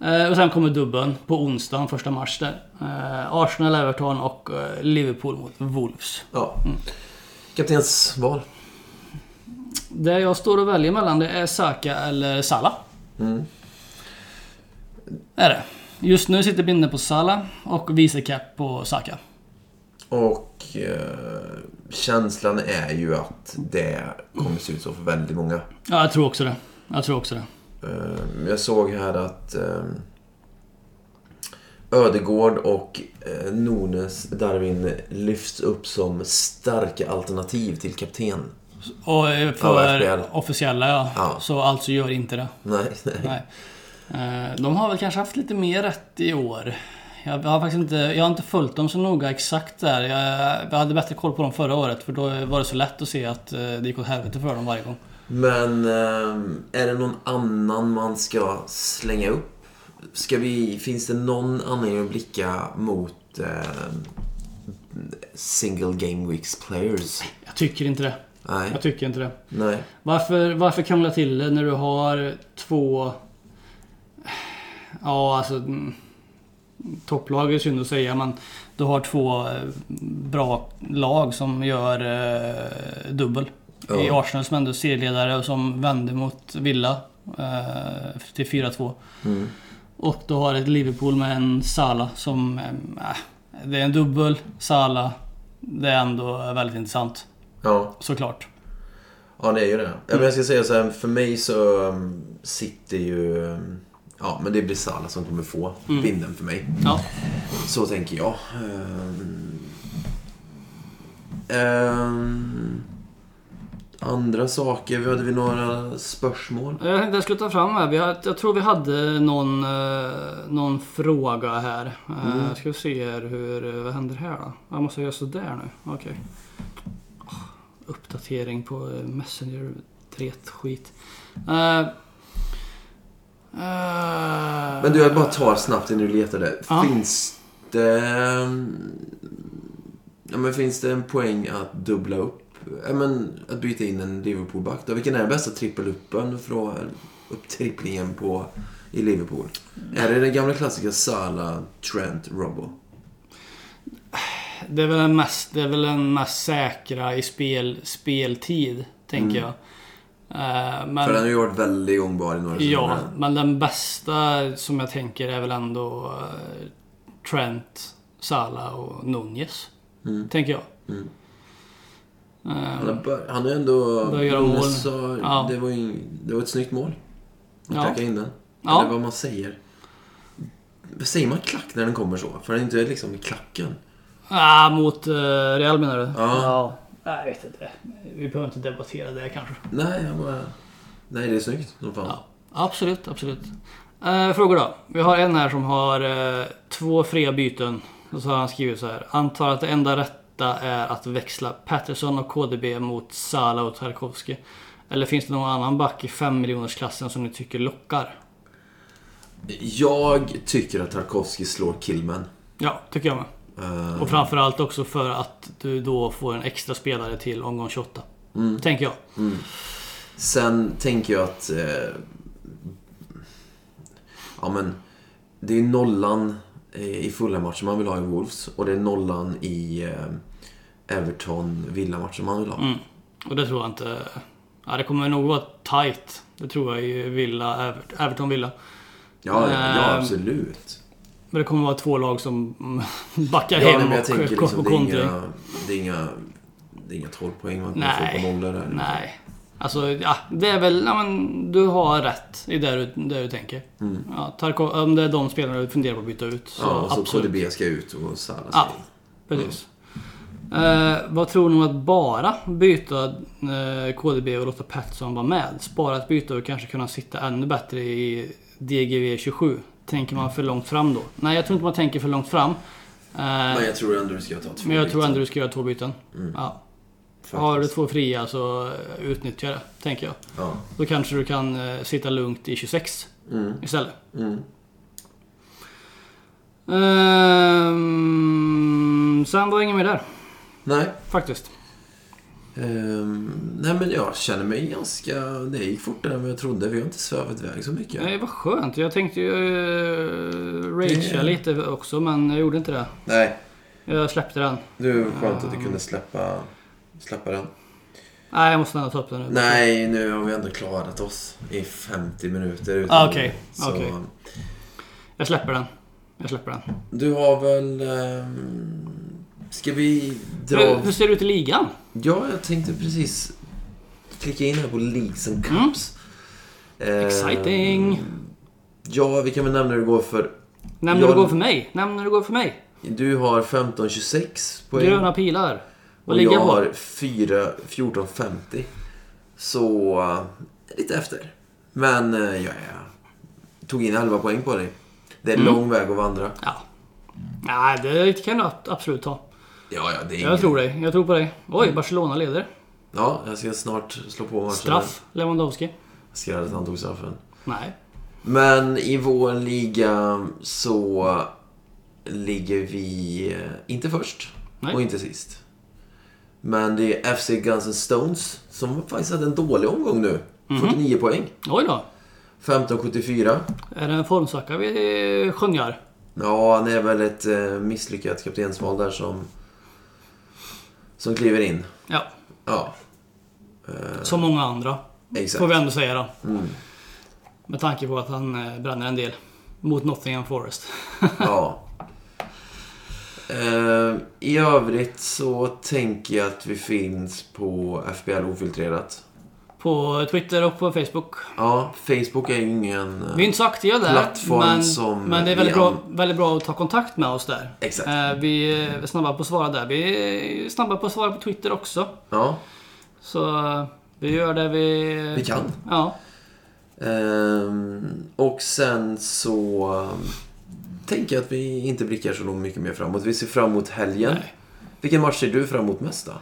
Speaker 1: Eh, och sen kommer dubbeln på onsdagen, första mars där. Eh, Arsenal, Everton och eh, Liverpool mot Wolves.
Speaker 2: Ja.
Speaker 1: Mm.
Speaker 3: Kaptens val.
Speaker 1: Det jag står och väljer mellan det är Saka eller Salah.
Speaker 2: Mm.
Speaker 1: Är det. Just nu sitter binden på Salah och vice cap på Saka.
Speaker 2: Och eh, känslan är ju att det kommer se ut så för väldigt många.
Speaker 1: Ja, jag tror också det. Jag tror också det.
Speaker 2: Eh, jag såg här att eh, Ödegård och eh, Nunes Darwin lyfts upp som starka alternativ till kapten.
Speaker 1: Och eh, för
Speaker 2: FPL.
Speaker 1: officiella ja.
Speaker 2: Ja.
Speaker 1: Så alltså gör inte det.
Speaker 2: Nej, nej.
Speaker 1: Nej. Eh, De har väl kanske haft lite mer rätt i år. Jag har faktiskt inte, jag har inte följt dem så noga exakt där. Jag, jag hade bättre koll på dem förra året för då var det så lätt att se att eh, det gick åt helvete för dem varje gång.
Speaker 2: Men eh, är det någon annan man ska slänga upp? Ska vi, finns det någon anledning att blicka mot eh, single game weeks players?
Speaker 1: Jag tycker inte det.
Speaker 2: Nej,
Speaker 1: Jag tycker inte det.
Speaker 2: nej.
Speaker 1: Varför, varför krångla till det när du har två... Ja, alltså... mm, Topplag är synd att säga, men du har två eh, bra lag som gör eh, dubbel. I
Speaker 2: Ja.
Speaker 1: Arsenal som ändå är serieledare och som vände mot Villa eh, till 4-2.
Speaker 2: Mm.
Speaker 1: Och du har ett Liverpool med en Salah som... Eh, det är en dubbel, Salah. Det är ändå väldigt intressant,
Speaker 2: Ja.
Speaker 1: såklart.
Speaker 2: Ja, det är ju det. Ja, men jag ska säga så här, för mig så um, sitter ju... um, Ja, men det blir Salah som kommer få
Speaker 1: Mm.
Speaker 2: vinden för mig.
Speaker 1: Ja.
Speaker 2: Så tänker jag. Eh, Ehm, ehm, andra saker? Hade vi några spörsmål?
Speaker 1: Jag tänkte Eh, jag skulle ta fram här. Vi har, jag tror vi hade någon, eh, någon fråga här. Eh,
Speaker 2: Mm.
Speaker 1: Ska vi se här hur, eh, vad händer här då? Jag måste göra sådär nu. Okej. Åh, Uppdatering på eh, Messenger. Tret skit. Eh, eh,
Speaker 2: Men du, jag bara tar snabbt innan du letar det.
Speaker 1: Ja.
Speaker 2: Finns det... um, Ja, men finns det en poäng att dubbla upp? Ja, men att byta in en Liverpool-back då? Vilken är den bästa trippeluppen från upptripplingen på, i Liverpool? Är det den gamla klassiska Salah, Trent, Robbo?
Speaker 1: Det är väl den mest, det är väl den mest säkra i spel, speltid, tänker jag. Eh, men...
Speaker 2: Mm. För den har ju varit väldigt gångbar i några
Speaker 1: Ja,
Speaker 2: säsonger.
Speaker 1: men den bästa som jag tänker är väl ändå eh, Trent, Salah och Nunez. Tänker jag. Eh,
Speaker 2: Han har bör- Han har ju ändå...
Speaker 1: Börjar göra mål.
Speaker 2: Så,
Speaker 1: Ja.
Speaker 2: det, var ju, det var ett snyggt mål. Att
Speaker 1: Ja.
Speaker 2: klacka in den.
Speaker 1: Ja.
Speaker 2: Eller vad man säger. Säger man klack när den kommer så? För den är inte liksom i klacken.
Speaker 1: ah, mot eh, Real menar du?
Speaker 2: Ja.
Speaker 1: Nej, jag vet inte. Vi behöver inte debattera det kanske.
Speaker 2: Nej, jag bara... Nej, det är snyggt som fan.
Speaker 1: Ja, absolut, absolut. Eh, frågor då. Vi har en här som har eh, två fria byten. Och så har han skrivit så här. Antar att det enda rätta är att växla Patterson och KDB mot Salah och Tarkovsky. Eller finns det någon annan back i 5 miljonersklassen som ni tycker lockar?
Speaker 2: Jag tycker att Tarkovsky slår Killman.
Speaker 1: Ja, tycker jag med.
Speaker 2: Eh,
Speaker 1: Och framförallt också för att du då får en extra spelare till omgång 28. Tänker jag.
Speaker 2: Sen tänker jag att... Eh, ja, men... Det är nollan eh, i fulla matcher man vill ha i Wolves. Och det är nollan i eh, Everton-Villa-matcher man vill ha.
Speaker 1: Mm. Och det tror jag inte... Ja, det kommer nog vara tight. Det tror jag i Villa, Ever- Everton-Villa.
Speaker 2: Ja, ja, ja,
Speaker 1: Ehm,
Speaker 2: absolut.
Speaker 1: Men det kommer vara två lag som mm, backar
Speaker 2: Ja,
Speaker 1: hem
Speaker 2: nej, men jag
Speaker 1: och-
Speaker 2: tänker
Speaker 1: och,
Speaker 2: liksom,
Speaker 1: och
Speaker 2: det är
Speaker 1: kontring.
Speaker 2: inga... Det är inga, det är inga 12 poäng man kommer
Speaker 1: Nej.
Speaker 2: få på nollor där.
Speaker 1: Nej. Alltså, ja, det är väl... Ja, men du har rätt i det du, det du tänker. Ja, Tarkov, om det är de spelarna du funderar på att byta ut, så,
Speaker 2: Mm. ja, och så
Speaker 1: absolut.
Speaker 2: KDB ska ut och Salah ska
Speaker 1: Ja,
Speaker 2: in.
Speaker 1: precis. Eh, vad tror ni om att bara byta eh, KDB och låta Pettersson vara med? Spara ett byte och kanske kunna sitta ännu bättre i DGV 27. E Tänker man för långt fram då? Nej, jag tror inte man tänker för långt fram. Eh,
Speaker 2: Men jag tror Mm. ändå du ska ta två
Speaker 1: men jag tror
Speaker 2: byten,
Speaker 1: ändå du ska göra två byten. Ja.
Speaker 2: faktiskt.
Speaker 1: Har du två fria så eh, utnyttja det, tänker jag.
Speaker 2: Ja.
Speaker 1: Då kanske du kan eh, sitta lugnt i 26 istället.
Speaker 2: Mm.
Speaker 1: Ehm, sen var ingen mer där,
Speaker 2: Nej.
Speaker 1: faktiskt.
Speaker 2: Ehm, nej men jag känner mig ganska... Det gick fortare än vad jag trodde. Vi har inte svävat iväg så mycket.
Speaker 1: Nej, vad skönt. Jag tänkte ju uh, ragea
Speaker 2: Det-
Speaker 1: lite också, men jag gjorde inte det.
Speaker 2: Nej.
Speaker 1: Jag släppte den.
Speaker 2: Det var skönt att du
Speaker 1: Ah.
Speaker 2: kunde släppa, släppa den.
Speaker 1: Nej, jag måste ändå ta upp den nu.
Speaker 2: Nej, nu har vi ändå klarat oss i 50 minuter. utan-
Speaker 1: Ah, okej.
Speaker 2: Så
Speaker 1: Okej. Jag släpper den. Jag släpper den.
Speaker 2: Du har väl... ehm, Ska vi
Speaker 1: Hur,
Speaker 2: dra...
Speaker 1: hur ser det ut i ligan?
Speaker 2: Ja, jag tänkte precis klicka in här på Leagues and Cups. Eh,
Speaker 1: Mm. Exciting!
Speaker 2: Ja, vi kan väl nämna hur det går för...
Speaker 1: Nämn hur det
Speaker 2: Ehm, jag-
Speaker 1: går för mig. Nämn hur det går för mig.
Speaker 2: Du har 15-26 poäng.
Speaker 1: Gröna pilar. Vad
Speaker 2: Och
Speaker 1: ligger
Speaker 2: jag
Speaker 1: jag på?
Speaker 2: har 4, 14.50. Så eh, lite efter. Men eh, jag är- tog in 11 poäng på dig. Det
Speaker 1: Mm.
Speaker 2: är lång väg att vandra.
Speaker 1: Ja. Nej, det kan jag ab- absolut ta.
Speaker 2: Ja, ja, det är
Speaker 1: Jag
Speaker 2: ingen-
Speaker 1: tror dig. Jag tror på dig.
Speaker 2: Mm.
Speaker 1: Oj, Barcelona leder.
Speaker 2: Ja, jag ska snart slå på matchen.
Speaker 1: Straff, Lewandowski.
Speaker 2: Jag skrev att han tog straffen.
Speaker 1: Nej.
Speaker 2: Men i vår liga så ligger vi eh, inte först
Speaker 1: Nej.
Speaker 2: och inte sist. Men det är FC Guns N' Stones som faktiskt hade en dålig omgång nu.
Speaker 1: Mhm.
Speaker 2: 49 poäng.
Speaker 1: Oj då.
Speaker 2: 15-74.
Speaker 1: Är det en formsvacka vi eh, skönjar?
Speaker 2: Ja, han är väl ett eh, misslyckat kaptensval där som, som kliver in.
Speaker 1: Ja,
Speaker 2: Ja,
Speaker 1: som många andra.
Speaker 2: exakt. Mm.
Speaker 1: Får vi ändå säga då. Med tanke på att han eh, bränner en del. Mot Nottingham Forest.
Speaker 2: Ja. Eh, I övrigt så tänker jag att vi finns på FBL Ofiltrerat.
Speaker 1: på Twitter och på Facebook.
Speaker 2: Ja, Facebook är ju ingen... eh,
Speaker 1: Vi är inte så aktiva där.
Speaker 2: Plattform
Speaker 1: men,
Speaker 2: som
Speaker 1: men det är väldigt
Speaker 2: vi
Speaker 1: bra,
Speaker 2: an-
Speaker 1: väldigt bra att ta kontakt med oss där.
Speaker 2: Exakt.
Speaker 1: Eh, Vi är snabba på att svara där. Vi är snabba på att svara på Twitter också.
Speaker 2: eh, Ja,
Speaker 1: Så eh, vi gör det vi...
Speaker 2: vi kan.
Speaker 1: Ja.
Speaker 2: Ehm, och sen så eh, tänker jag att vi inte blickar så långt mycket mer framåt. Vi ser fram emot helgen.
Speaker 1: Nej.
Speaker 2: Vilken match ser du fram emot mest då?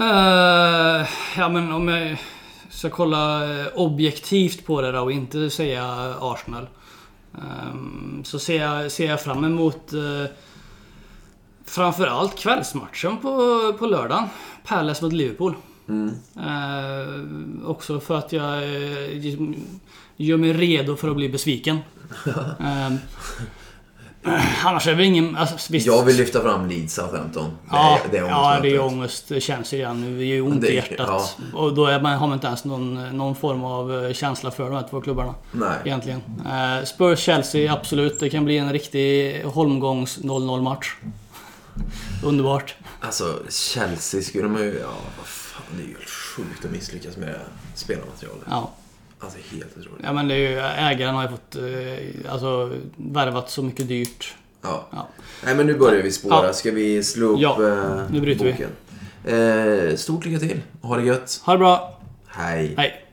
Speaker 1: Eh, ja men om jag ska kolla eh, objektivt på det då och inte säga Arsenal. ehm, så ser jag, ser jag fram emot eh, framförallt kvällsmatchen på, på lördagen. Palace mot Liverpool.
Speaker 2: Mm.
Speaker 1: Eh, också för att jag eh, gör mig redo för att bli besviken. Ehm, annars är det ingen... Alltså, visst,
Speaker 2: Jag vill lyfta fram Leeds Southampton.
Speaker 1: Ja,
Speaker 2: det är, det är
Speaker 1: ja, det är
Speaker 2: ångestmötet.
Speaker 1: ångest. Det känns ju igen. Det gör ju ont
Speaker 2: Det-
Speaker 1: i hjärtat.
Speaker 2: ja.
Speaker 1: Och då är man, har man inte ens någon, någon form av eh, känsla för de här två klubbarna.
Speaker 2: Nej.
Speaker 1: Egentligen. Eh, Spurs-Chelsea, absolut. Det kan bli en riktig Holmgångs 0-0 match. Underbart.
Speaker 2: Alltså, Chelsea skulle man ju... Ja, vad fan. Det är ju helt sjukt att misslyckas med spelarmaterialet.
Speaker 1: Ja.
Speaker 2: Alltså, helt otroligt.
Speaker 1: ja, men det är ju, ägaren har ju fått eh, alltså, värvat så mycket dyrt.
Speaker 2: Ja.
Speaker 1: Ja.
Speaker 2: Nej, men nu börjar vi spåra.
Speaker 1: Ja.
Speaker 2: Ska vi slå upp
Speaker 1: Ja,
Speaker 2: eh,
Speaker 1: nu bryter vi.
Speaker 2: boken? Vi. Eh, stort lycka till. Ha det gött.
Speaker 1: Ha det bra.
Speaker 2: Hej.
Speaker 1: Hej.